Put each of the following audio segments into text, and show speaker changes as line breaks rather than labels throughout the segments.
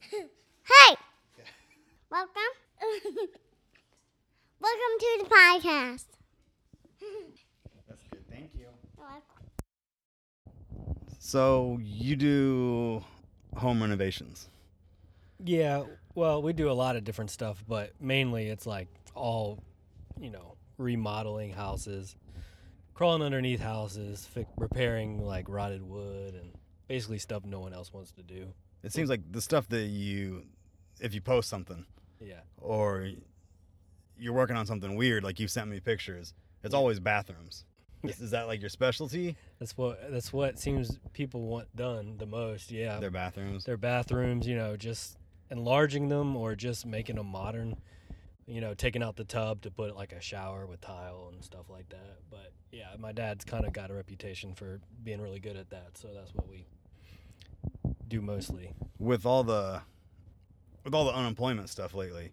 hey! Welcome. Welcome to the podcast.
That's good. Thank you.
Welcome.
So you do home renovations.
Yeah, well, we do a lot of different stuff, but mainly it's like all, you know, remodeling houses, crawling underneath houses, fi- repairing like rotted wood, and basically stuff no one else wants to do.
It seems like the stuff that you, if you post something
Yeah,
or you're working on something weird, like you sent me pictures, it's always bathrooms. Is, is that like your specialty?
that's what that's what seems people want done the most. Yeah,
Their bathrooms.
their bathrooms, you know, just enlarging them or just making them modern. You know, taking out the tub to put like a shower with tile and stuff like that. But yeah, my dad's kind of got a reputation for being really good at that, so that's what we do mostly.
With all the, with all the unemployment stuff lately,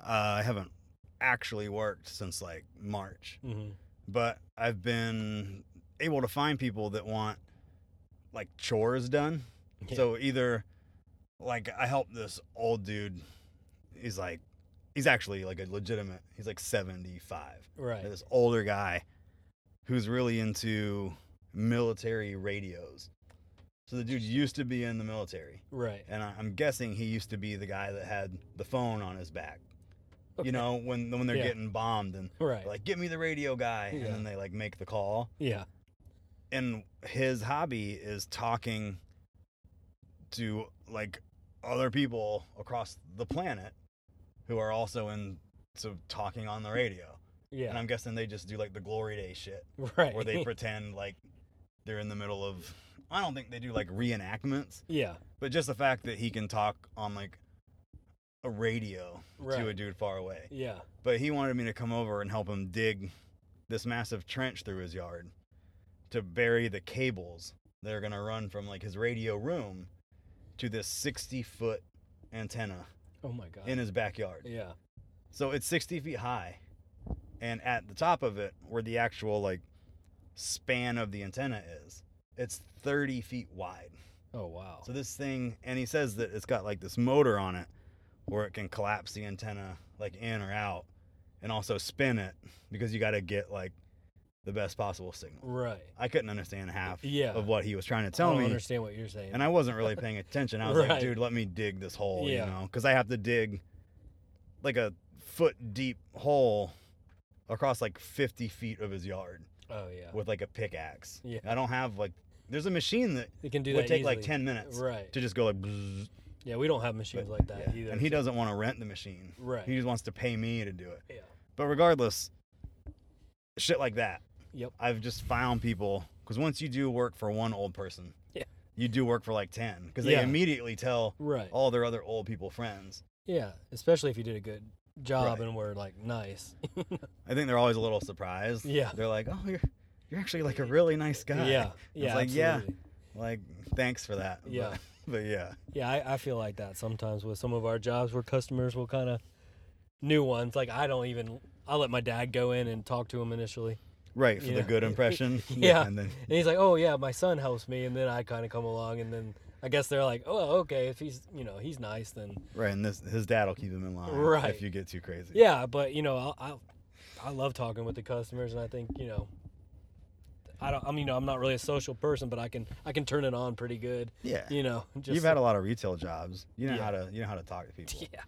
uh, I haven't actually worked since like March.
Mm-hmm.
but I've been able to find people that want like chores done.
Yeah.
So either like I helped this old dude. He's like he's actually like a legitimate. He's like 75.
Right.
This older guy who's really into military radios. So the dude used to be in the military,
Right.
and I, I'm guessing he used to be the guy that had the phone on his back. You know, when when they're
Yeah.
getting bombed and
Right.
like get me the radio guy
Yeah.
and then they like make the call
yeah.
and his hobby is talking to like other people across the planet who are also in so talking on the radio and
Yeah.
i'm guessing they just do like the glory day shit
right.
where they pretend like they're in the middle of i don't think they do like reenactments
yeah.
but just the fact that he can talk on like a radio to a
Right.
dude far away
Yeah.
but he wanted me to come over and help him dig this massive trench through his yard to bury the cables that are going to run from like his radio room to this 60 foot antenna
Oh my god.
in his backyard
yeah.
so it's 60 feet high and at the top of it where the actual like span of the antenna is it's 30 feet wide
Oh wow.
so this thing, and he says that it's got like this motor on it, where it can collapse the antenna like in or out, and also spin it because you got to get like the best possible signal.
right.
I couldn't understand half
Yeah.
of what he was trying to
I
tell
don't
me,
understand what you're saying.
and I wasn't really paying attention. I was like,
Right.
dude, let me dig this hole,
Yeah.
you know, because I have to dig like a foot deep hole across like 50 feet of his yard
oh yeah.
with like a pickaxe.
Yeah.
I don't have like. There's a machine that
They can do
would
that
take like
easily.
10 minutes
Right.
to just go like bzzz,
Yeah, we don't have machines like that
yeah.
either.
And he
so-
doesn't want to rent the machine.
Right.
He just wants to pay me to do it.
Yeah.
But regardless, shit like that,
Yep.
I've just found people because once you do work for one old person,
Yeah.
you do work for like ten because they
Yeah.
immediately tell
Right.
all their other old people friends.
Yeah, especially if you did a good job
Right.
and were like nice.
I think they're always a little surprised.
Yeah.
They're like, oh, you're you're actually like a really nice guy.
Yeah,
It's
yeah,
like yeah,
absolutely.
like thanks for that.
Yeah.
But, but yeah,
Yeah, I, I feel like that sometimes with some of our jobs where customers will kind of new ones. Like I don't even I let my dad go in and talk to him initially.
right for
Yeah.
the good impression.
Yeah,
And then
he's like, "Oh yeah, my son helps me," and then I kind of come along, and then I guess they're like, "Oh okay, if he's you know he's nice, then
right, and this his dad will keep him in line
Right.
if you get too crazy.
yeah." But you know I I, I love talking with the customers, and I think you know. I don't. I mean, you know, I'm not really a social person, but I can I can turn it on pretty good.
Yeah.
You know, just
You've had a lot of retail jobs. You know
Yeah.
how to you know how to talk to people.
yeah.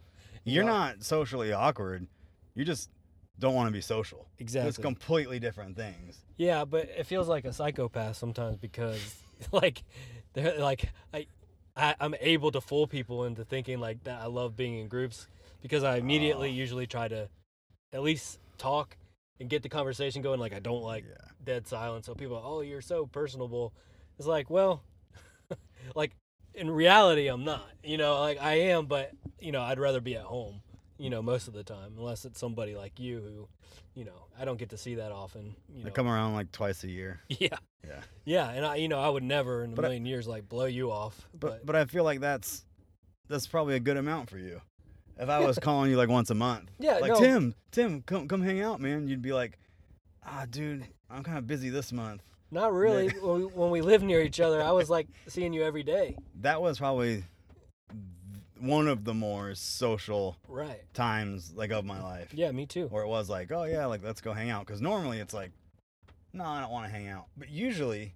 You're
Yeah.
not socially awkward. You just don't want to be social. It's
Exactly.
completely different things.
Yeah, but it feels like a psychopath sometimes because like they're like I, I I'm able to fool people into thinking like that I love being in groups because I
Ah.
immediately usually try to at least talk and get the conversation going like I don't like
Yeah.
dead silence. So people, are, "Oh, you're so personable." It's like, "Well, like in reality I'm not. You know, like I am, but you know, I'd rather be at home, you know, most of the time unless it's somebody like you who, you know, I don't get to see that often, you
I
know.
come around like twice a year.
Yeah.
Yeah.
Yeah, and I, you know, I would never in a
But I-
million years like blow you off.
But
But,
but I feel like that's that's probably a good amount for you. If I was calling you like once a month,
Yeah,
like
no.
Tim, Tim, come come hang out, man. You'd be like, ah, dude, I'm kind of busy this month.
not really. when, we, when we lived near each other, I was like seeing you every day.
That was probably one of the more social
Right.
times like of my life
Yeah, me too.
where it was like, oh yeah, like let's go hang out. Because normally it's like, no, I don't want to hang out. But usually,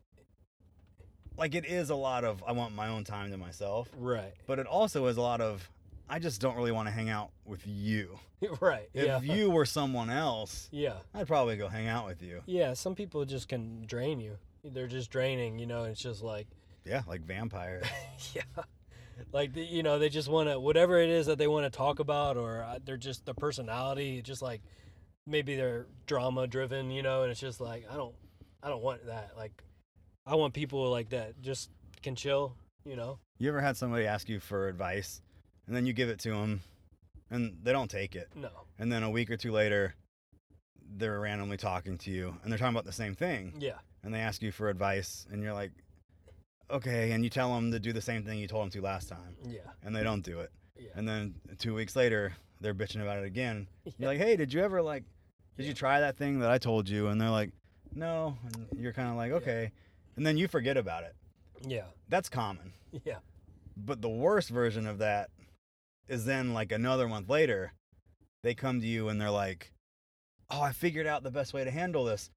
like it is a lot of I want my own time to myself.
Right.
But it also is a lot of I just don't really want to hang out with you.
right.
If
yeah.
you were someone else,
yeah.
I'd probably go hang out with you.
Yeah. Some people just can drain you. They're just draining, you know, and it's just like,
Yeah, like vampires.
yeah. Like, the, you know, they just want to, whatever it is that they want to talk about, or uh, they're just the personality, just like maybe they're drama driven, you know, and it's just like, I don't, I don't want that. Like, I want people like that just can chill, you know?
you ever had somebody ask you for advice, and then you give it to them, and they don't take it.
No.
And then a week or two later, they're randomly talking to you, and they're talking about the same thing.
Yeah.
and they ask you for advice and you're like okay and you tell them to do the same thing you told them to last time
Yeah.
and they don't do it
Yeah.
and then two weeks later they're bitching about it again
Yeah.
you're like hey did you ever like did
Yeah.
you try that thing that i told you and they're like no and you're kind of like okay and then you forget about it
Yeah.
that's common
Yeah.
but the worst version of that is then like another month later they come to you and they're like oh i figured out the best way to handle this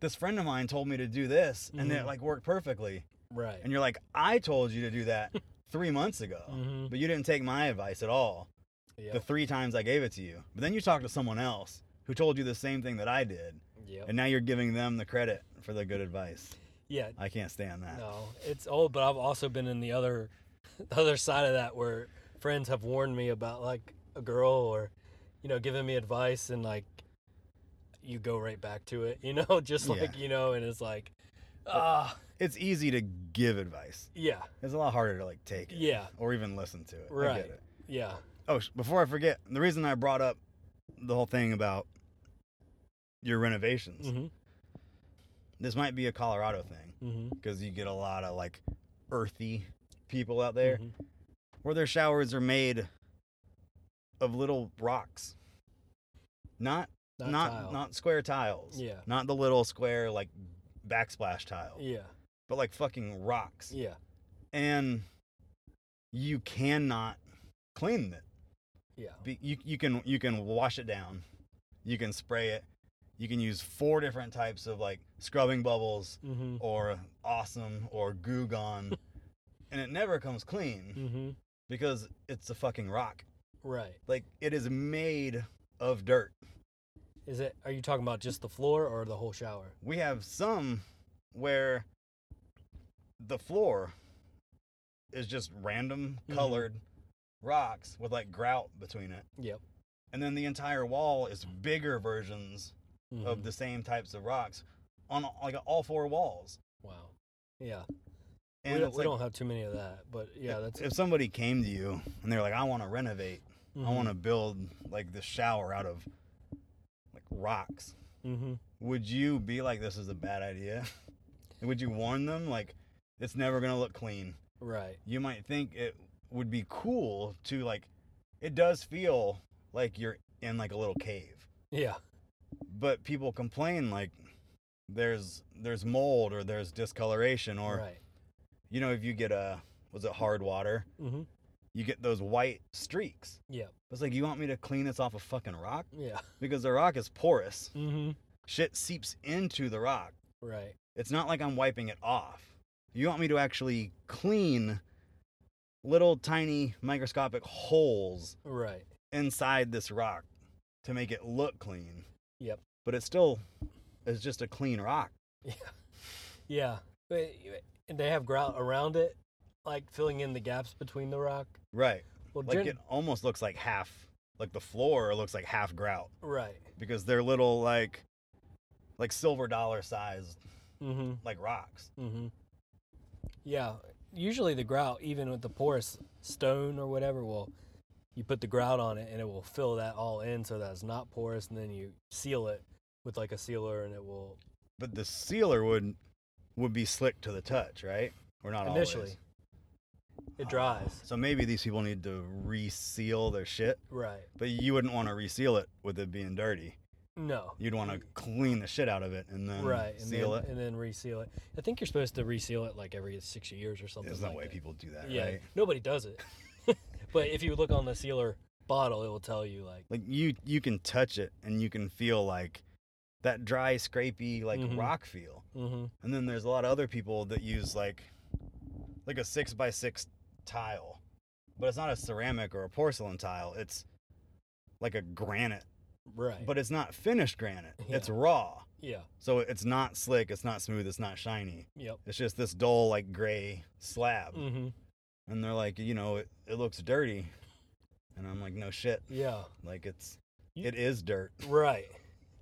this friend of mine told me to do this and it
Mhm.
like worked perfectly
Right.
and you're like, I told you to do that three months ago,
Mhm.
but you didn't take my advice at all.
Yep.
The three times I gave it to you, but then you talked to someone else who told you the same thing that I did,
Yep.
and now you're giving them the credit for the good advice.
yeah.
I can't stand that.
No, it's old, but I've also been in the other, the other side of that where friends have warned me about like a girl or, you know, giving me advice and like, you go right back to it, you know, just
Yeah.
like you know, and it's like, ah,
It's easy to give advice.
yeah,
It's a lot harder to like take it,
Yeah.
or even listen to it. I
Right.
get it.
yeah,
Oh, sh- before I forget, the reason I brought up the whole thing about your renovations,
mm-hmm,
this might be a Colorado thing
mm-hmm,
because you get a lot of like earthy people out there.
mm-hmm.
where their showers are made of little rocks. Not not not,
tile.
square tiles.
Yeah.
Not the little square like backsplash tile.
yeah,
But like fucking rocks.
yeah,
And you cannot clean it.
yeah,
Be- You you can you can wash it down. You can spray it. You can use four different types of like scrubbing bubbles
mm-hmm,
or awesome or goo gone. and it never comes clean
mm-hmm,
because it's a fucking rock.
right.
like it is made of dirt.
Is it? Are you talking about just the floor or the whole shower?
We have some where the floor is just random
Mhm.
colored rocks with like grout between it.
Yep.
And then the entire wall is bigger versions of
mhm,
the same types of rocks on like all four walls.
Wow. Yeah.
And
we don't,
it's
we
like,
don't have too many of that, but yeah, that's
if somebody came to you and they're like, I want to renovate,
Mm-hmm.
I want to build like this shower out of like rocks.
Mm-hmm.
would you be like this is a bad idea And would you warn them like it's never gonna look clean
Right.
you might think it would be cool to like it does feel like you're in like a little cave
Yeah.
but people complain like there's there's mold or there's discoloration or
right.
you know if you get a was it hard water
Mm-hmm.
you get those white streaks
Yeah.
it's like you want me to clean this off a fucking rock
Yeah.
because the rock is porous
Mm-hmm.
shit seeps into the rock
Right.
It's not like I'm wiping it off. You want me to actually clean little tiny microscopic holes
Right.
inside this rock to make it look clean.
Yep.
But it still is just a clean rock.
Yeah. Yeah. But- And they have grout around it, like filling in the gaps between the rock.
Right.
Well,
Like
gen-
it almost looks like half like the floor looks like half grout
right.
because they're little like like silver dollar sized
Mm-hmm.
like rocks.
Mm-hmm. Yeah. Usually the grout, even with the porous stone or whatever, will you put the grout on it and it will fill that all in so that it's not porous, and then you seal it with like a sealer, and it will
But the sealer would would be slick to the touch, right? Or not
initially
always.
it dries.
So maybe these people need to reseal their shit,
Right.
but you wouldn't want to reseal it with it being dirty.
No.
You'd want to clean the shit out of it and then
right and
seal
then,
it.
and then reseal it i think you're supposed to reseal it like every six years or something
There's no
like
way
that.
people do that,
yeah
right?
nobody does it But if you look on the sealer bottle, it will tell you like
like you you can touch it and you can feel like that dry scrapey like
Mhm.
rock feel
mm-hmm.
and then there's a lot of other people that use like like a six by six tile but it's not a ceramic or a porcelain tile it's like a granite
right.
but it's not finished granite it's
Yeah.
raw
yeah,
so it's not slick it's not smooth it's not shiny
yep.
it's just this dull like gray slab
Mm-hmm.
and they're like you know it, it looks dirty and i'm like no shit
Yeah,
like it's
You-
it is dirt
right.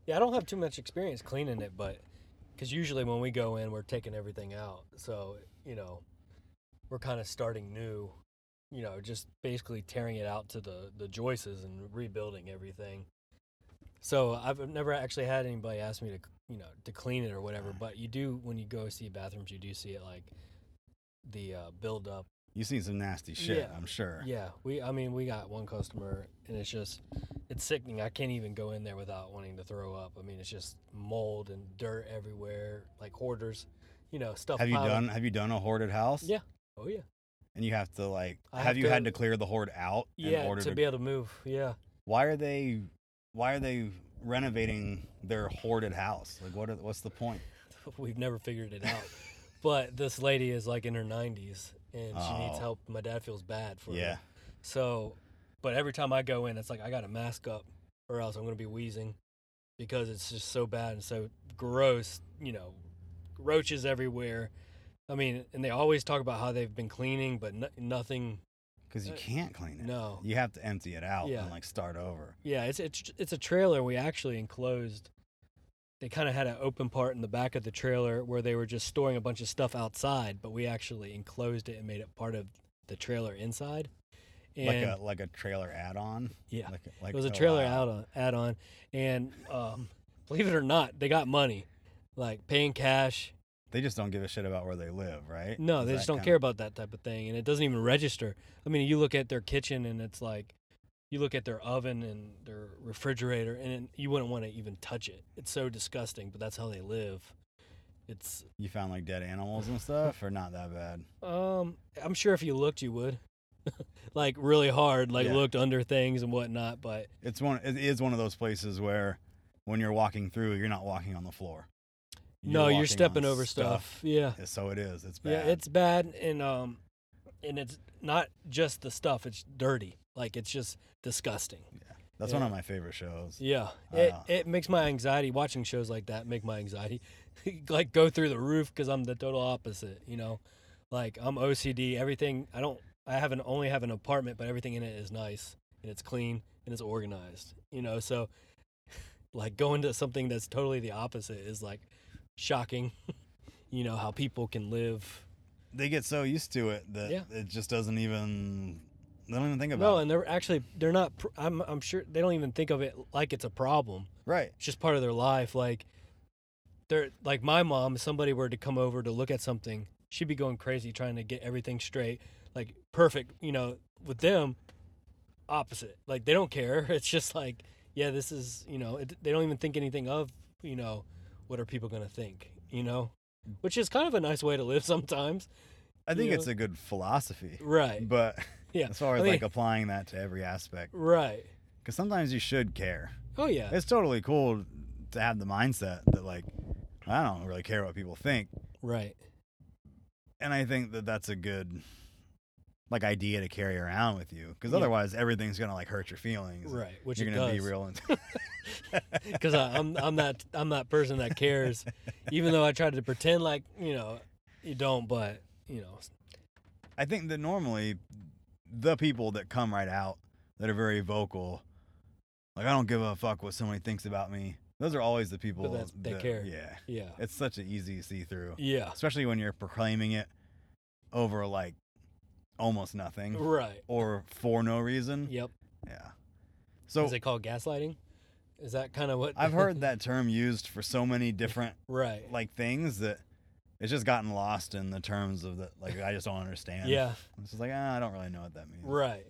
Yeah, I don't have too much experience cleaning it, but because usually when we go in, we're taking everything out, so you know, we're kind of starting new. You know, just basically tearing it out to the the joists and rebuilding everything. So I've never actually had anybody ask me to you know to clean it or whatever, but you do when you go see bathrooms, you do see it like the uh, build up
you seen some nasty shit
Yeah.
i'm sure
Yeah, we. I mean, we got one customer, and it's just, it's sickening. I can't even go in there without wanting to throw up. I mean, it's just mold and dirt everywhere, like hoarders, you know, stuff.
have you
piled up.
done have you done a hoarded house
Yeah. Oh yeah.
and you have to like
I
have,
have
you had
to-
to clear the hoard out in
Yeah,
order
to be able to move. Yeah.
why are they why are they renovating their hoarded house like what are, what's the point
we've never figured it out. but this lady is like in her 90s and she needs
Oh.
help. My dad feels bad for her.
Yeah.
So, but every time I go in, it's like I got to mask up or else I'm going to be wheezing because it's just so bad and so gross, you know, roaches everywhere. I mean, and they always talk about how they've been cleaning, but no, nothing.
because you
Uh,
can't clean it
No.
you have to empty it out
Yeah.
and like start over
Yeah, it's it's it's a trailer. We actually enclosed. They kind of had an open part in the back of the trailer where they were just storing a bunch of stuff outside, but we actually enclosed it and made it part of the trailer inside. And
like a like a trailer add-on
yeah,
like, like
it was a
oh,
trailer
wow.
add on add on, and um, believe it or not, they got money, like paying cash.
they just don't give a shit about where they live right
No,
Is
they
that
just don't
kinda-
care about that type of thing, and it doesn't even register. I mean, you look at their kitchen, and it's like, you look at their oven and their refrigerator, and you wouldn't want to even touch it. It's so disgusting, but that's how they live. It's
you found like dead animals and stuff or not that bad
um, I'm sure if you looked, you would, like really hard, like
Yeah.
looked under things and whatnot. But
it's one it is one of those places where when you're walking through you're not walking on the floor
no,
walking on
you're stepping over stuff. Yeah.
so it is it's bad
Yeah, it's bad, and um, and it's not just the stuff; it's dirty. Like it's just disgusting.
That's
Yeah.
one of my favorite shows.
Yeah, it
Wow.
it makes my anxiety watching shows like that make my anxiety like go through the roof because I'm the total opposite. You know, like I'm OCD. Everything I don't I have an only have an apartment, but everything in it is nice and it's clean and it's organized. You know, so like going to something that's totally the opposite is like shocking. you know how people can live
They get so used to it that
Yeah.
it just doesn't even they don't even think about
No,
it.
and they're actually they're not. pr- I'm I'm sure they don't even think of it like it's a problem.
Right.
It's just part of their life. Like they're like my mom. If somebody were to come over to look at something, she'd be going crazy trying to get everything straight, like perfect. You know, with them, opposite. Like they don't care. It's just like yeah, this is you know it, they don't even think anything of you know what are people gonna think you know, which is kind of a nice way to live sometimes.
I think
Yeah.
it's a good philosophy.
Right.
But
Yeah.
as far
I
as
mean-
like applying that to every aspect,
Right.
because sometimes you should care.
Oh yeah.
It's totally cool to have the mindset that like I don't really care what people think,
right.
and I think that that's a good like idea to carry around with you, because
Yeah.
otherwise everything's gonna like hurt your feelings. and
Right. Which
You're
it
gonna be
does.
real. And
because I'm I'm that I'm that person that cares, even though I try to pretend like you know you don't, but you know
I think that normally the people that come right out that are very vocal, like I don't give a fuck what somebody thinks about me. Those are always the people
that's- they care.
Yeah,
yeah
it's such an easy see through,
yeah
especially when you're proclaiming it over like almost nothing
right
or for no reason.
yep.
Yeah. So
is it called gaslighting? Is that kind of what
I've heard that term used for so many different
right
like things that it's just gotten lost in the terms of the like I just don't understand.
yeah
It's just like ah, I don't really know what that means.
right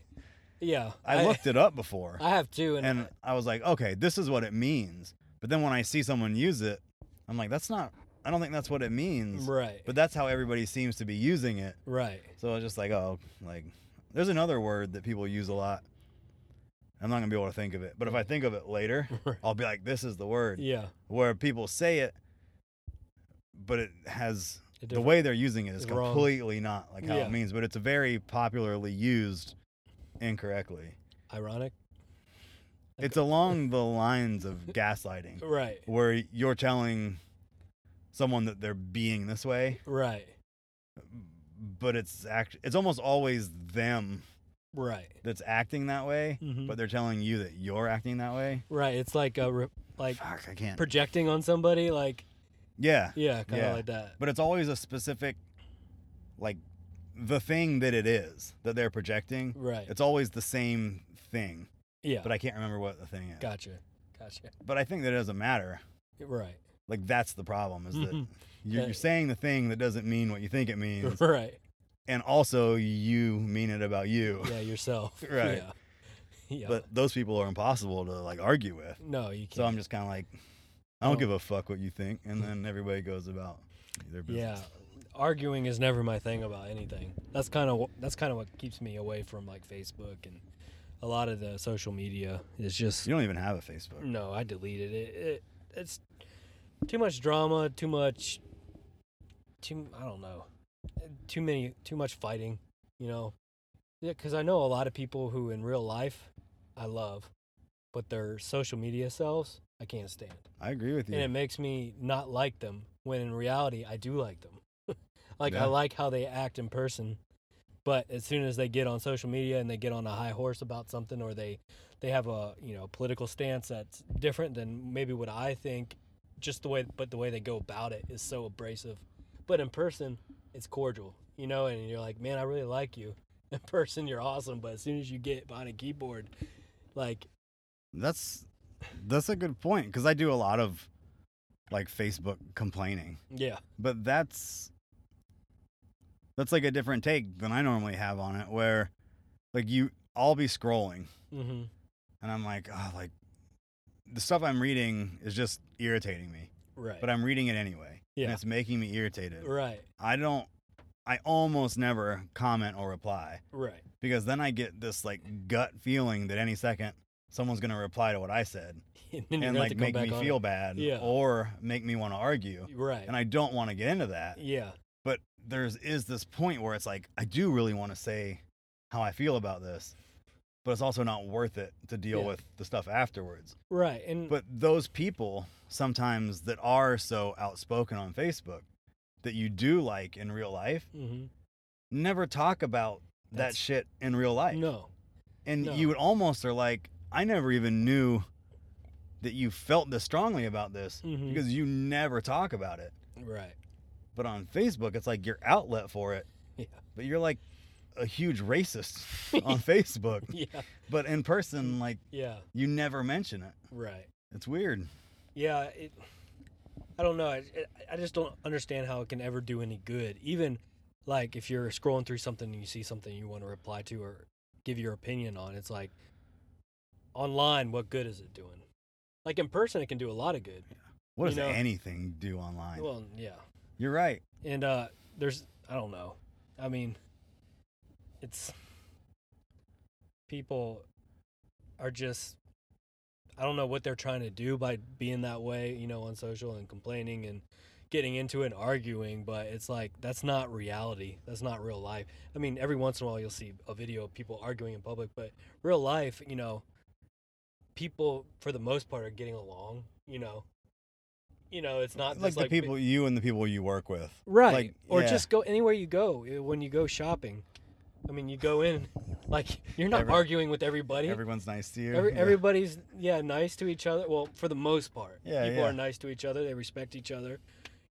yeah
I looked it up before.
I have too and,
and I was like, okay, this is what it means. But then when I see someone use it, I'm like, that's not. I don't think that's what it means.
right
But that's how everybody seems to be using it.
right
So I was just like, oh, like There's another word that people use a lot. I'm not gonna be able to think of it, but if I think of it later, I'll be like, "This is the word."
yeah.
Where people say it, but it has
a
the
different-
way they're using it is
is wrong.
completely not like how
Yeah.
it means, but it's very popularly used incorrectly.
ironic.
It's along the lines of gaslighting,
Right.
where you're telling someone that they're being this way,
Right.
but it's act- it's almost always them
Right.
that's acting that way,
Mhm.
but they're telling you that you're acting that way.
Right. It's like a re- like
Fuck, I can't.
projecting on somebody. Like
yeah,
yeah, kind of
Yeah.
like that.
but it's always a specific, like, the thing that it is that they're projecting.
Right.
It's always the same thing,
yeah.
but I can't remember what the thing is.
gotcha. Gotcha.
But I think that it doesn't matter.
Right.
Like that's the problem is that
Mhm.
you're,
Yeah.
you're saying the thing that doesn't mean what you think it means,
Right.
and also you mean it about you.
Yeah. Yourself.
Right.
Yeah. yeah.
But those people are impossible to like argue with.
no, you can't.
So I'm just kind of like, I don't
Oh.
give a fuck what you think, and then everybody goes about their
Hmm. yeah.
business.
Arguing is never my thing about anything. That's kind of that's kind of what keeps me away from like Facebook and a lot of the social media. Is just
You don't even have a Facebook.
No, I deleted it. it. It's too much drama, too much, too I don't know, too many, too much fighting. You know, yeah, because I know a lot of people who in real life I love, but their social media selves I can't stand,
I agree with you.
and it makes me not like them. When in reality, I do like them. like
Yeah.
I like how they act in person. But as soon as they get on social media and they get on a high horse about something, or they they have a you know political stance that's different than maybe what I think, just the way but the way they go about it is so abrasive. But in person, it's cordial, you know, and you're like, man, I really like you. In person, you're awesome, but as soon as you get behind a keyboard, like
That's that's a good point because I do a lot of like Facebook complaining,
yeah,
but that's that's like a different take than I normally have on it. Where like you, I'll be scrolling
mm-hmm.
and I'm like, oh, like the stuff I'm reading is just irritating me,
right,
but I'm reading it anyway, and
Yeah.
it's making me irritated.
right,
I don't. I almost never comment or reply
right,
because then I get this like gut feeling that any second someone's gonna reply to what I said
and then you're
and
gonna have
like
to come
make me
back on
feel
it.
bad
Yeah.
or make me want to argue.
right,
And I don't want to get into that.
yeah,
But there's is this point where it's like I do really want to say how I feel about this, but it's also not worth it to deal
Yeah.
with the stuff afterwards.
right, and
But those people sometimes that are so outspoken on Facebook that you do like in real life
hmm
never talk about that
That's-
shit in real life.
no,
And
No.
you would almost are like, I never even knew that you felt this strongly about this
Mhm.
because you never talk about it.
right,
But on Facebook, it's like your outlet for it.
Yeah.
But you're like a huge racist on Facebook.
yeah,
But in person, like,
yeah,
you never mention it.
right.
It's weird.
Yeah, it, I don't know. I, I just don't understand how it can ever do any good. Even like if you're scrolling through something and you see something you want to reply to or give your opinion on, it's like online, what good is it doing? Like in person, it can do a lot of good.
What does
You know-
anything do online?
Well, yeah.
you're right.
And uh there's I don't know. I mean it's people are just I don't know what they're trying to do by being that way, you know, on social and complaining and getting into it and arguing, but it's like that's not reality. That's not real life. I mean, every once in a while you'll see a video of people arguing in public, but real life, you know, people for the most part are getting along, you know. You know, it's not
Like
this,
the
bi-
people, you and the people you work with.
right
Like,
or
yeah.
just go anywhere you go eh, when you go shopping i mean you go in like you're not
Every-
arguing with everybody
Everyone's nice to you.
Every,
Yeah.
everybody's yeah nice to each other well for the most part
Yeah,
people
yeah.
are nice to each other they respect each other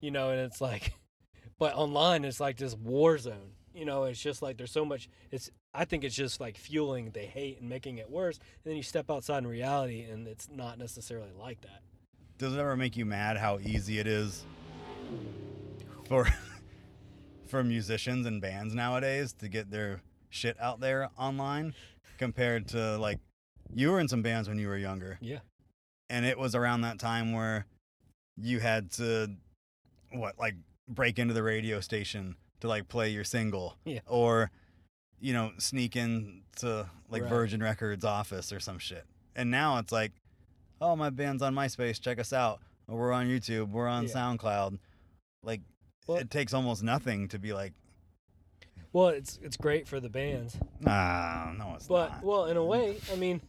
you know and it's like but online it's like this war zone you know it's just like there's so much it's i think it's just like fueling the hate and making it worse and then you step outside in reality and it's not necessarily like that
Does it ever make you mad how easy it is for for musicians and bands nowadays to get their shit out there online compared to like you were in some bands when you were younger
yeah
and it was around that time where you had to what like break into the radio station to like play your single
Yeah.
or you know, sneak in to like
Right.
Virgin Records office or some shit. And now it's like, oh, my band's on MySpace. Check us out. Or we're on YouTube. We're on
Yeah.
SoundCloud. Like,
Well-
it takes almost nothing to be like,
Well, it's it's great for the bands,
ah, no, it's
but
not.
well, in a way, I mean,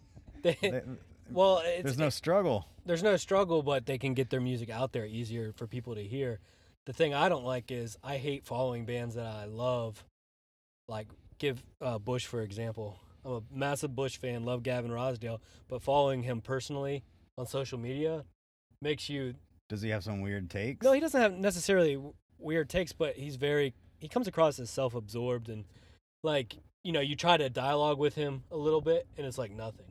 they,
They-
well, it's,
there's no struggle.
there's no struggle, but they can get their music out there easier for people to hear. The thing I don't like is I hate following bands that I love. Like give uh, Bush for example. I'm a massive Bush fan, love Gavin Rosdale, but following him personally on social media makes you
Does he have some weird takes?
no, he doesn't have necessarily w- weird takes, but he's very he comes across as self-absorbed and like you know you try to dialogue with him a little bit and it's like nothing.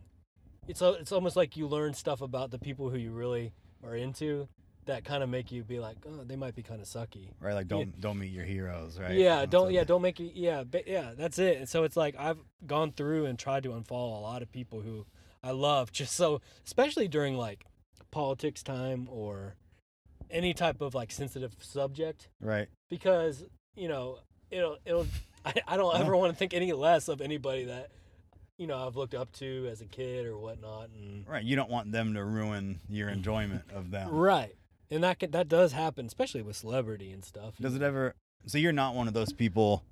It's al- it's almost like you learn stuff about the people who you really are into that kind of make you be like oh they might be kind of sucky.
right, like don't don't meet your heroes, right?
Yeah,
That's
don't
what-
yeah don't make it yeah ba- yeah that's it. And so it's like I've gone through and tried to unfollow a lot of people who I love just so especially during like politics time or any type of like sensitive subject
Right.
because you know it'll it'll I, I don't
Uh-huh.
ever want to think any less of anybody that you know I've looked up to as a kid or whatnot and
Right. You don't want them to ruin your enjoyment of them.
right and that can, that does happen especially with celebrity and stuff
Does it ever? So you're not one of those people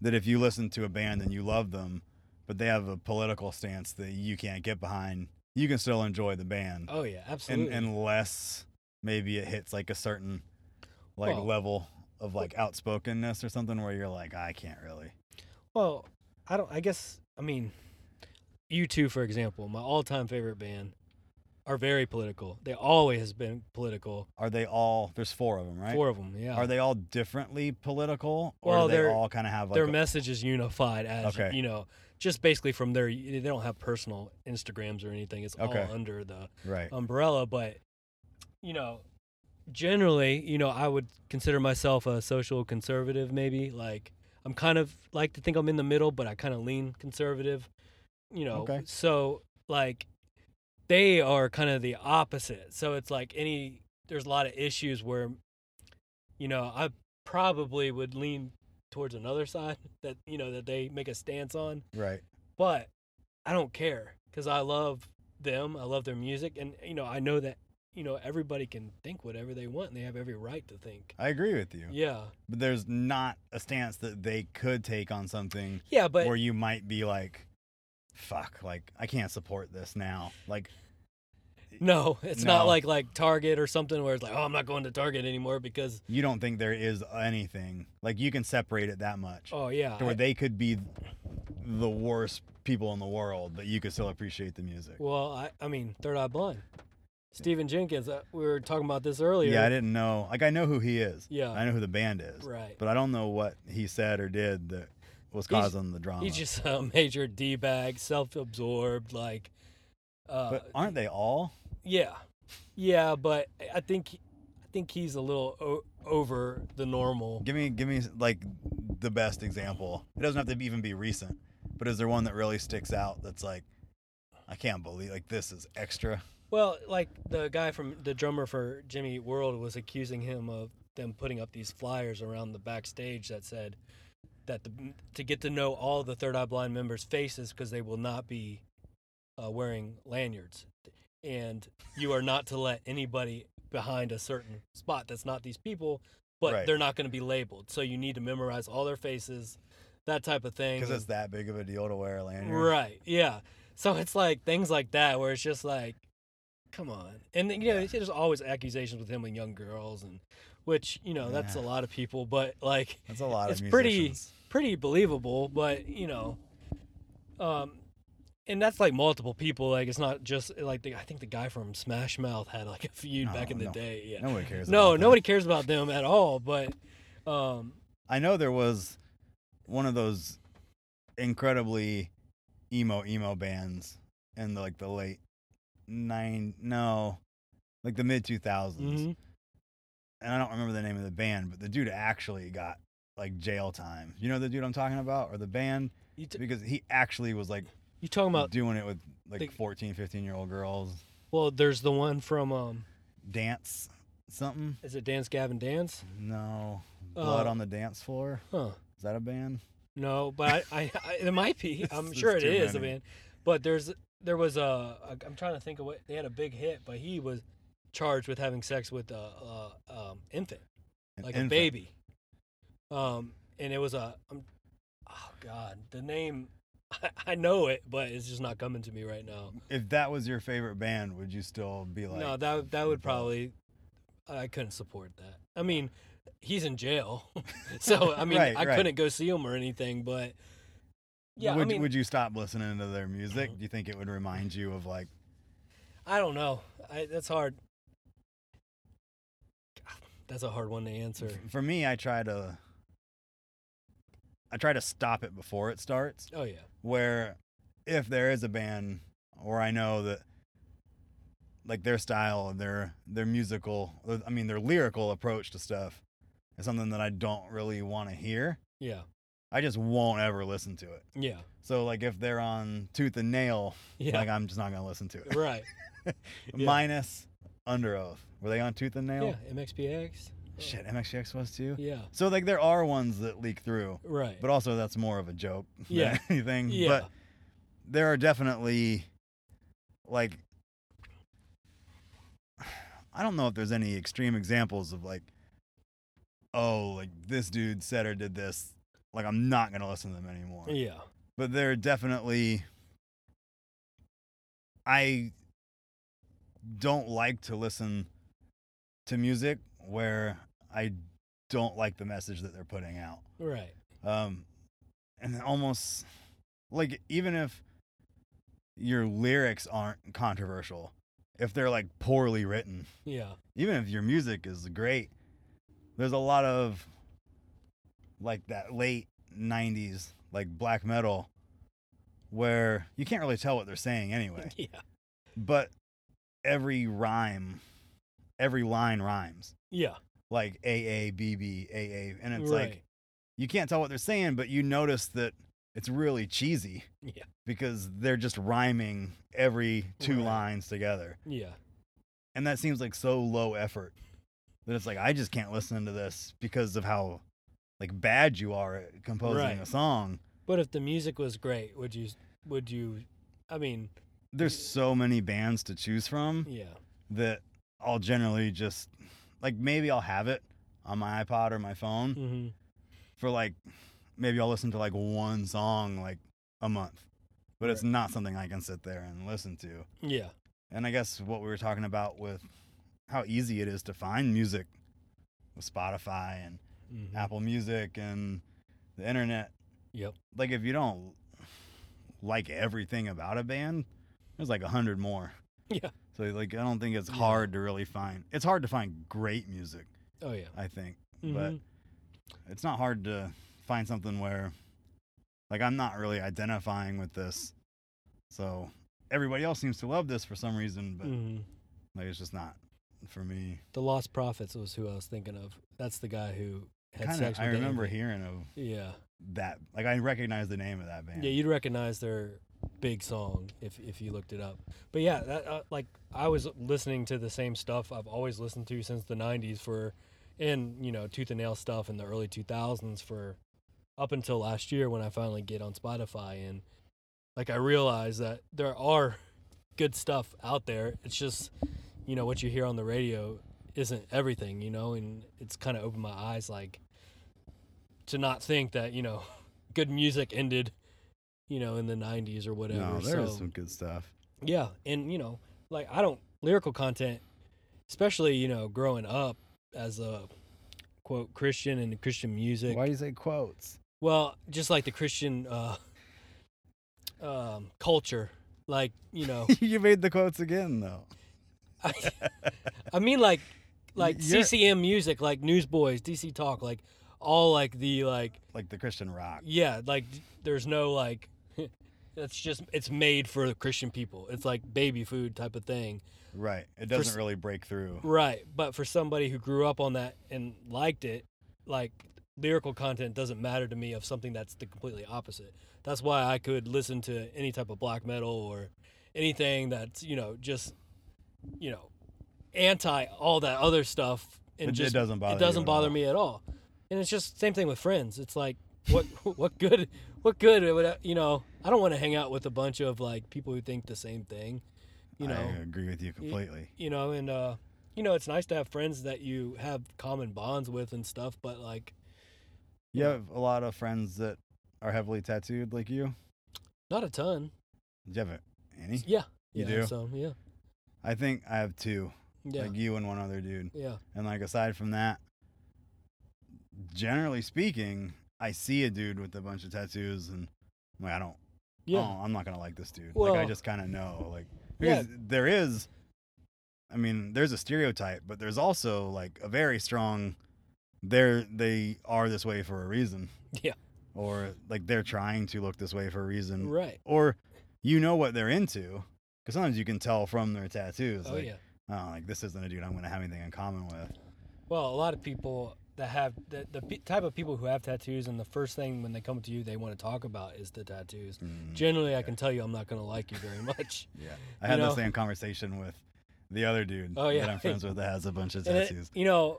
that if you listen to a band and you love them, but they have a political stance that you can't get behind, you can still enjoy the band,
oh yeah absolutely
and, unless maybe it hits like a certain like
Well-
level of like outspokenness or something where you're like, I can't really.
Well, I don't. I guess I mean, you two, for example, my all-time favorite band, are very political. They always has been political.
Are they all? There's four of them, right?
Four of them, yeah.
Are they all differently political, or
Well,
do they
they're-
all kind of have like
their
a-
message is unified as
Okay.
you know, just basically from their. They don't have personal Instagrams or anything. It's
Okay.
all under the
right?
umbrella, but you know, generally, you know, I would consider myself a social conservative maybe. Like I'm kind of like to think I'm in the middle, but I kind of lean conservative, you know.
Okay.
So like they are kind of the opposite. So it's like any there's a lot of issues where you know, I probably would lean towards another side that you know that they make a stance on
right.
but I don't care because I love them. I love their music, and you know, I know that you know everybody can think whatever they want, and they have every right to think.
I agree with you.
Yeah,
But there's not a stance that they could take on something
yeah, but
where you might be like, "Fuck! Like I can't support this now." Like,
no, it's
No.
not like like Target or something where it's like, oh, I'm not going to Target anymore because
you don't think there is anything like you can separate it that much,
oh yeah,
to where
I-
they could be the worst people in the world, but you could still appreciate the music.
well, I I mean Third Eye Blind, Stephen Jenkins. Uh, we were talking about this earlier.
yeah, I didn't know. Like I know who he is.
Yeah.
I know who the band is.
Right.
But I don't know what he said or did that was
He's-
causing the drama.
He's just a major d bag, self-absorbed, like. Uh,
but aren't they all?
Yeah, yeah, but I- I think I think he's a little o- over the normal.
Give me, give me like the best example. It doesn't have to be, even be recent, but is there one that really sticks out? That's like, I can't believe like this is extra.
Well, like the guy from the drummer for Jimmy Eat World was accusing him of them putting up these flyers around the backstage that said that the, to get to know all the Third Eye Blind members' faces because they will not be uh, wearing lanyards, and you are not to let anybody behind a certain spot that's not these people, but
Right.
they're not going to be labeled. So you need to memorize all their faces, that type of thing.
Because
and-
it's that big of a deal to wear a lanyard.
Right. Yeah. So it's like things like that where it's just like, come on. And then, you know, there's always accusations with him and young girls, and which you know that's a
Yeah.
lot of people, but like
That's a lot
it's
of
pretty
musicians.
pretty believable. But you know, um, and that's like multiple people. Like it's not just like the, I think the guy from Smash Mouth had like a feud back
Oh,
in the
no.
day. Yeah.
Nobody cares.
No,
about that.
nobody cares about them at all. But um,
I know there was one of those incredibly emo emo bands in the, like the late nine no, like the mid two
mhm.
and I don't remember the name of the band, but the dude actually got like jail time. You know the dude I'm talking about or the band
you t-
because he actually was like
you talking about?
doing it with like
the-
14, 15 year old girls
Well, there's the one from um,
dance something.
Is it Dance Gavin Dance?
No, blood
Uh,
on the dance floor.
Huh.
Is that a band?
No, but I, I, I it might be. I'm
There's
sure it
too
is.
many.
I mean, but there's there was a, a. I'm trying to think of what they had a big hit, but he was charged with having sex with a, a um, infant,
An
like a
infant.
baby. Um, and it was a. I'm, oh God, the name. I, I know it, but it's just not coming to me right now.
If that was your favorite band, would you still be like?
no, that that
involved.
would probably. I couldn't support that. I mean, he's in jail, so I mean,
Right,
I
right.
couldn't go see him or anything. But yeah,
would,
I mean, Uh-huh.
would you stop listening to their music? Do you think it would remind you of like?
I don't know. I, that's hard. That's a hard one to answer.
For me, I try to. I try to stop it before it starts.
Oh yeah,
where if there is a band or I know that like their style and their their musical uh, I mean their lyrical approach to stuff is something that I don't really want to hear.
yeah,
I just won't ever listen to it.
yeah,
So like if they're on Tooth and Nail,
yeah.
like I'm just not gonna listen to it.
right. yeah.
Minus Under Oath. Were they on Tooth and
Yeah,
Nail?
MXPX.
Shit, MXGX was too.
Yeah,
So like there are ones that leak through,
right.
but um, also that's more of a joke
Yeah.
than anything.
yeah,
But there are definitely like I don't know if there's any extreme examples of like oh like this dude said or did this like I'm not going to listen to them anymore.
yeah,
But there are definitely I don't like to listen to music where I don't like the message that they're putting out
right.
um and almost like even if your lyrics aren't controversial if they're like poorly written
Yeah,
even if your music is great there's a lot of like that late 90s like black metal where you can't really tell what they're saying anyway
yeah,
but every rhyme every line rhymes
yeah.
like a a b b a a and it's
right.
like you can't tell what they're saying, but you notice that it's really cheesy
yeah,
because they're just rhyming every two
Right.
lines together.
yeah,
And that seems like so low effort that it's like I just can't listen to this because of how like bad you are at composing
Right.
a song.
But if the music was great, would you? Would you? I mean,
There's so many bands to choose from
yeah,
that I'll generally just like maybe I'll have it on my iPod or my phone
hmm
for like maybe I'll listen to like one song like a month. But it's not something I can sit there and listen to.
yeah,
And I guess what we were talking about with how easy it is to find music with Spotify and
mhm,
Apple Music and the internet.
Yep.
Like if you don't like everything about a band, there's like a hundred more.
yeah.
So like I don't think it's
Yeah.
hard to really find. It's hard to find great music,
Oh yeah,
I think. But
Mhm,
it's not hard to find something where like I'm not really identifying with this. So everybody else seems to love this for some reason, but
mhm.
like it's just not for me.
the Lost Prophets was who I was thinking of. That's the guy who had
Kind
sex
of.
with
I
the
remember
infant.
hearing of
Yeah.
that. Like I recognize the name of that band.
Yeah, you'd recognize their big song if if you looked it up. But yeah, that uh, like I was listening to the same stuff I've always listened to since the '90s for, and you know, tooth and nail stuff in the early 2000s for, up until last year when I finally get on Spotify and, like, I realized that there are good stuff out there. It's just, you know, what you hear on the radio isn't everything, you know, and it's kind of opened my eyes like to not think that you know, good music ended. You know, in the '90s or whatever.
no, there's
so,
some good stuff.
yeah, and you know, like I don't lyrical content, especially you know, growing up as a quote Christian and Christian music.
Why do you say quotes?
Well, just like the Christian uh, um, culture, like you know,
you made the quotes again though.
I, I mean like like
You're-
CCM music, like Newsboys, DC Talk, like all like the like
Like the Christian rock.
yeah, like there's no like. That's just it's made for the Christian people. It's like baby food type of thing.
Right. It doesn't
s-
really break through.
Right, but for somebody who grew up on that and liked it, like lyrical content doesn't matter to me of something that's the completely opposite. That's why I could listen to any type of black metal or anything that's, you know, just you know, anti all that other stuff and
It- it
just
doesn't bother
it
you
doesn't
at
bother
all.
me at all. And it's just same thing with friends. It's like what what good what good it would you know? I don't want to hang out with a bunch of like people who think the same thing. You know,
I agree with you completely.
you know, and uh, you know, it's nice to have friends that you have common bonds with and stuff. But like,
You have a lot of friends that are heavily tattooed like you.
not a ton.
Do you have any?
Yeah,
You
yeah,
do?
So yeah,
I think I have two,
yeah,
like you and one other dude.
yeah.
And like aside from that, generally speaking, I see a dude with a bunch of tattoos and I'm like I don't
Yeah.
oh, I'm not gonna like this dude. like I
Well-
just kind of know, like,
Yeah.
because there is, I mean, there's a stereotype, but there's also like a very strong, they're they are this way for a reason.
Yeah.
Or like they're trying to look this way for a reason,
Right.
or you know what they're into, because sometimes you can tell from their tattoos.
Oh
like,
yeah.
Oh, like this isn't a dude I'm gonna have anything in common with.
Well, a lot of people that have the, the pe- type of people who have tattoos, and the first thing when they come to you, they want to talk about is the tattoos.
Mm,
Generally, I can tell you I'm not going to like you very much.
yeah. I
you
had the
know-
same conversation with the other dude
Oh, yeah.
that I'm friends with that has a bunch of
And it-
tattoos.
you know,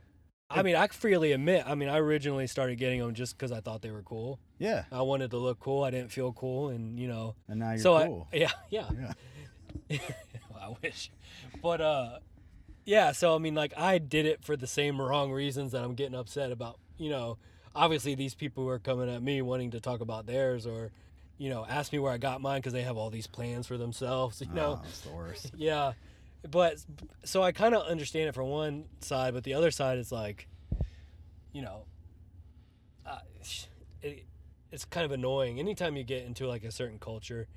I mean, I freely admit, I mean, I originally started getting them just because I thought they were cool.
yeah.
I wanted to look cool. I didn't feel cool, and you know,
And now you're
so
cool.
I yeah yeah.
yeah.
I wish, but uh, yeah. So I mean, like, I did it for the same wrong reasons that I'm getting upset about. You know, obviously these people who are coming at me wanting to talk about theirs or, you know, ask me where I got mine because they have all these plans for themselves. You know,
Oh, it's the worst.
yeah. But so I kind of understand it from one side, but the other side is like, you know, uh, sh- it, it's kind of annoying. Anytime you get into like a certain culture,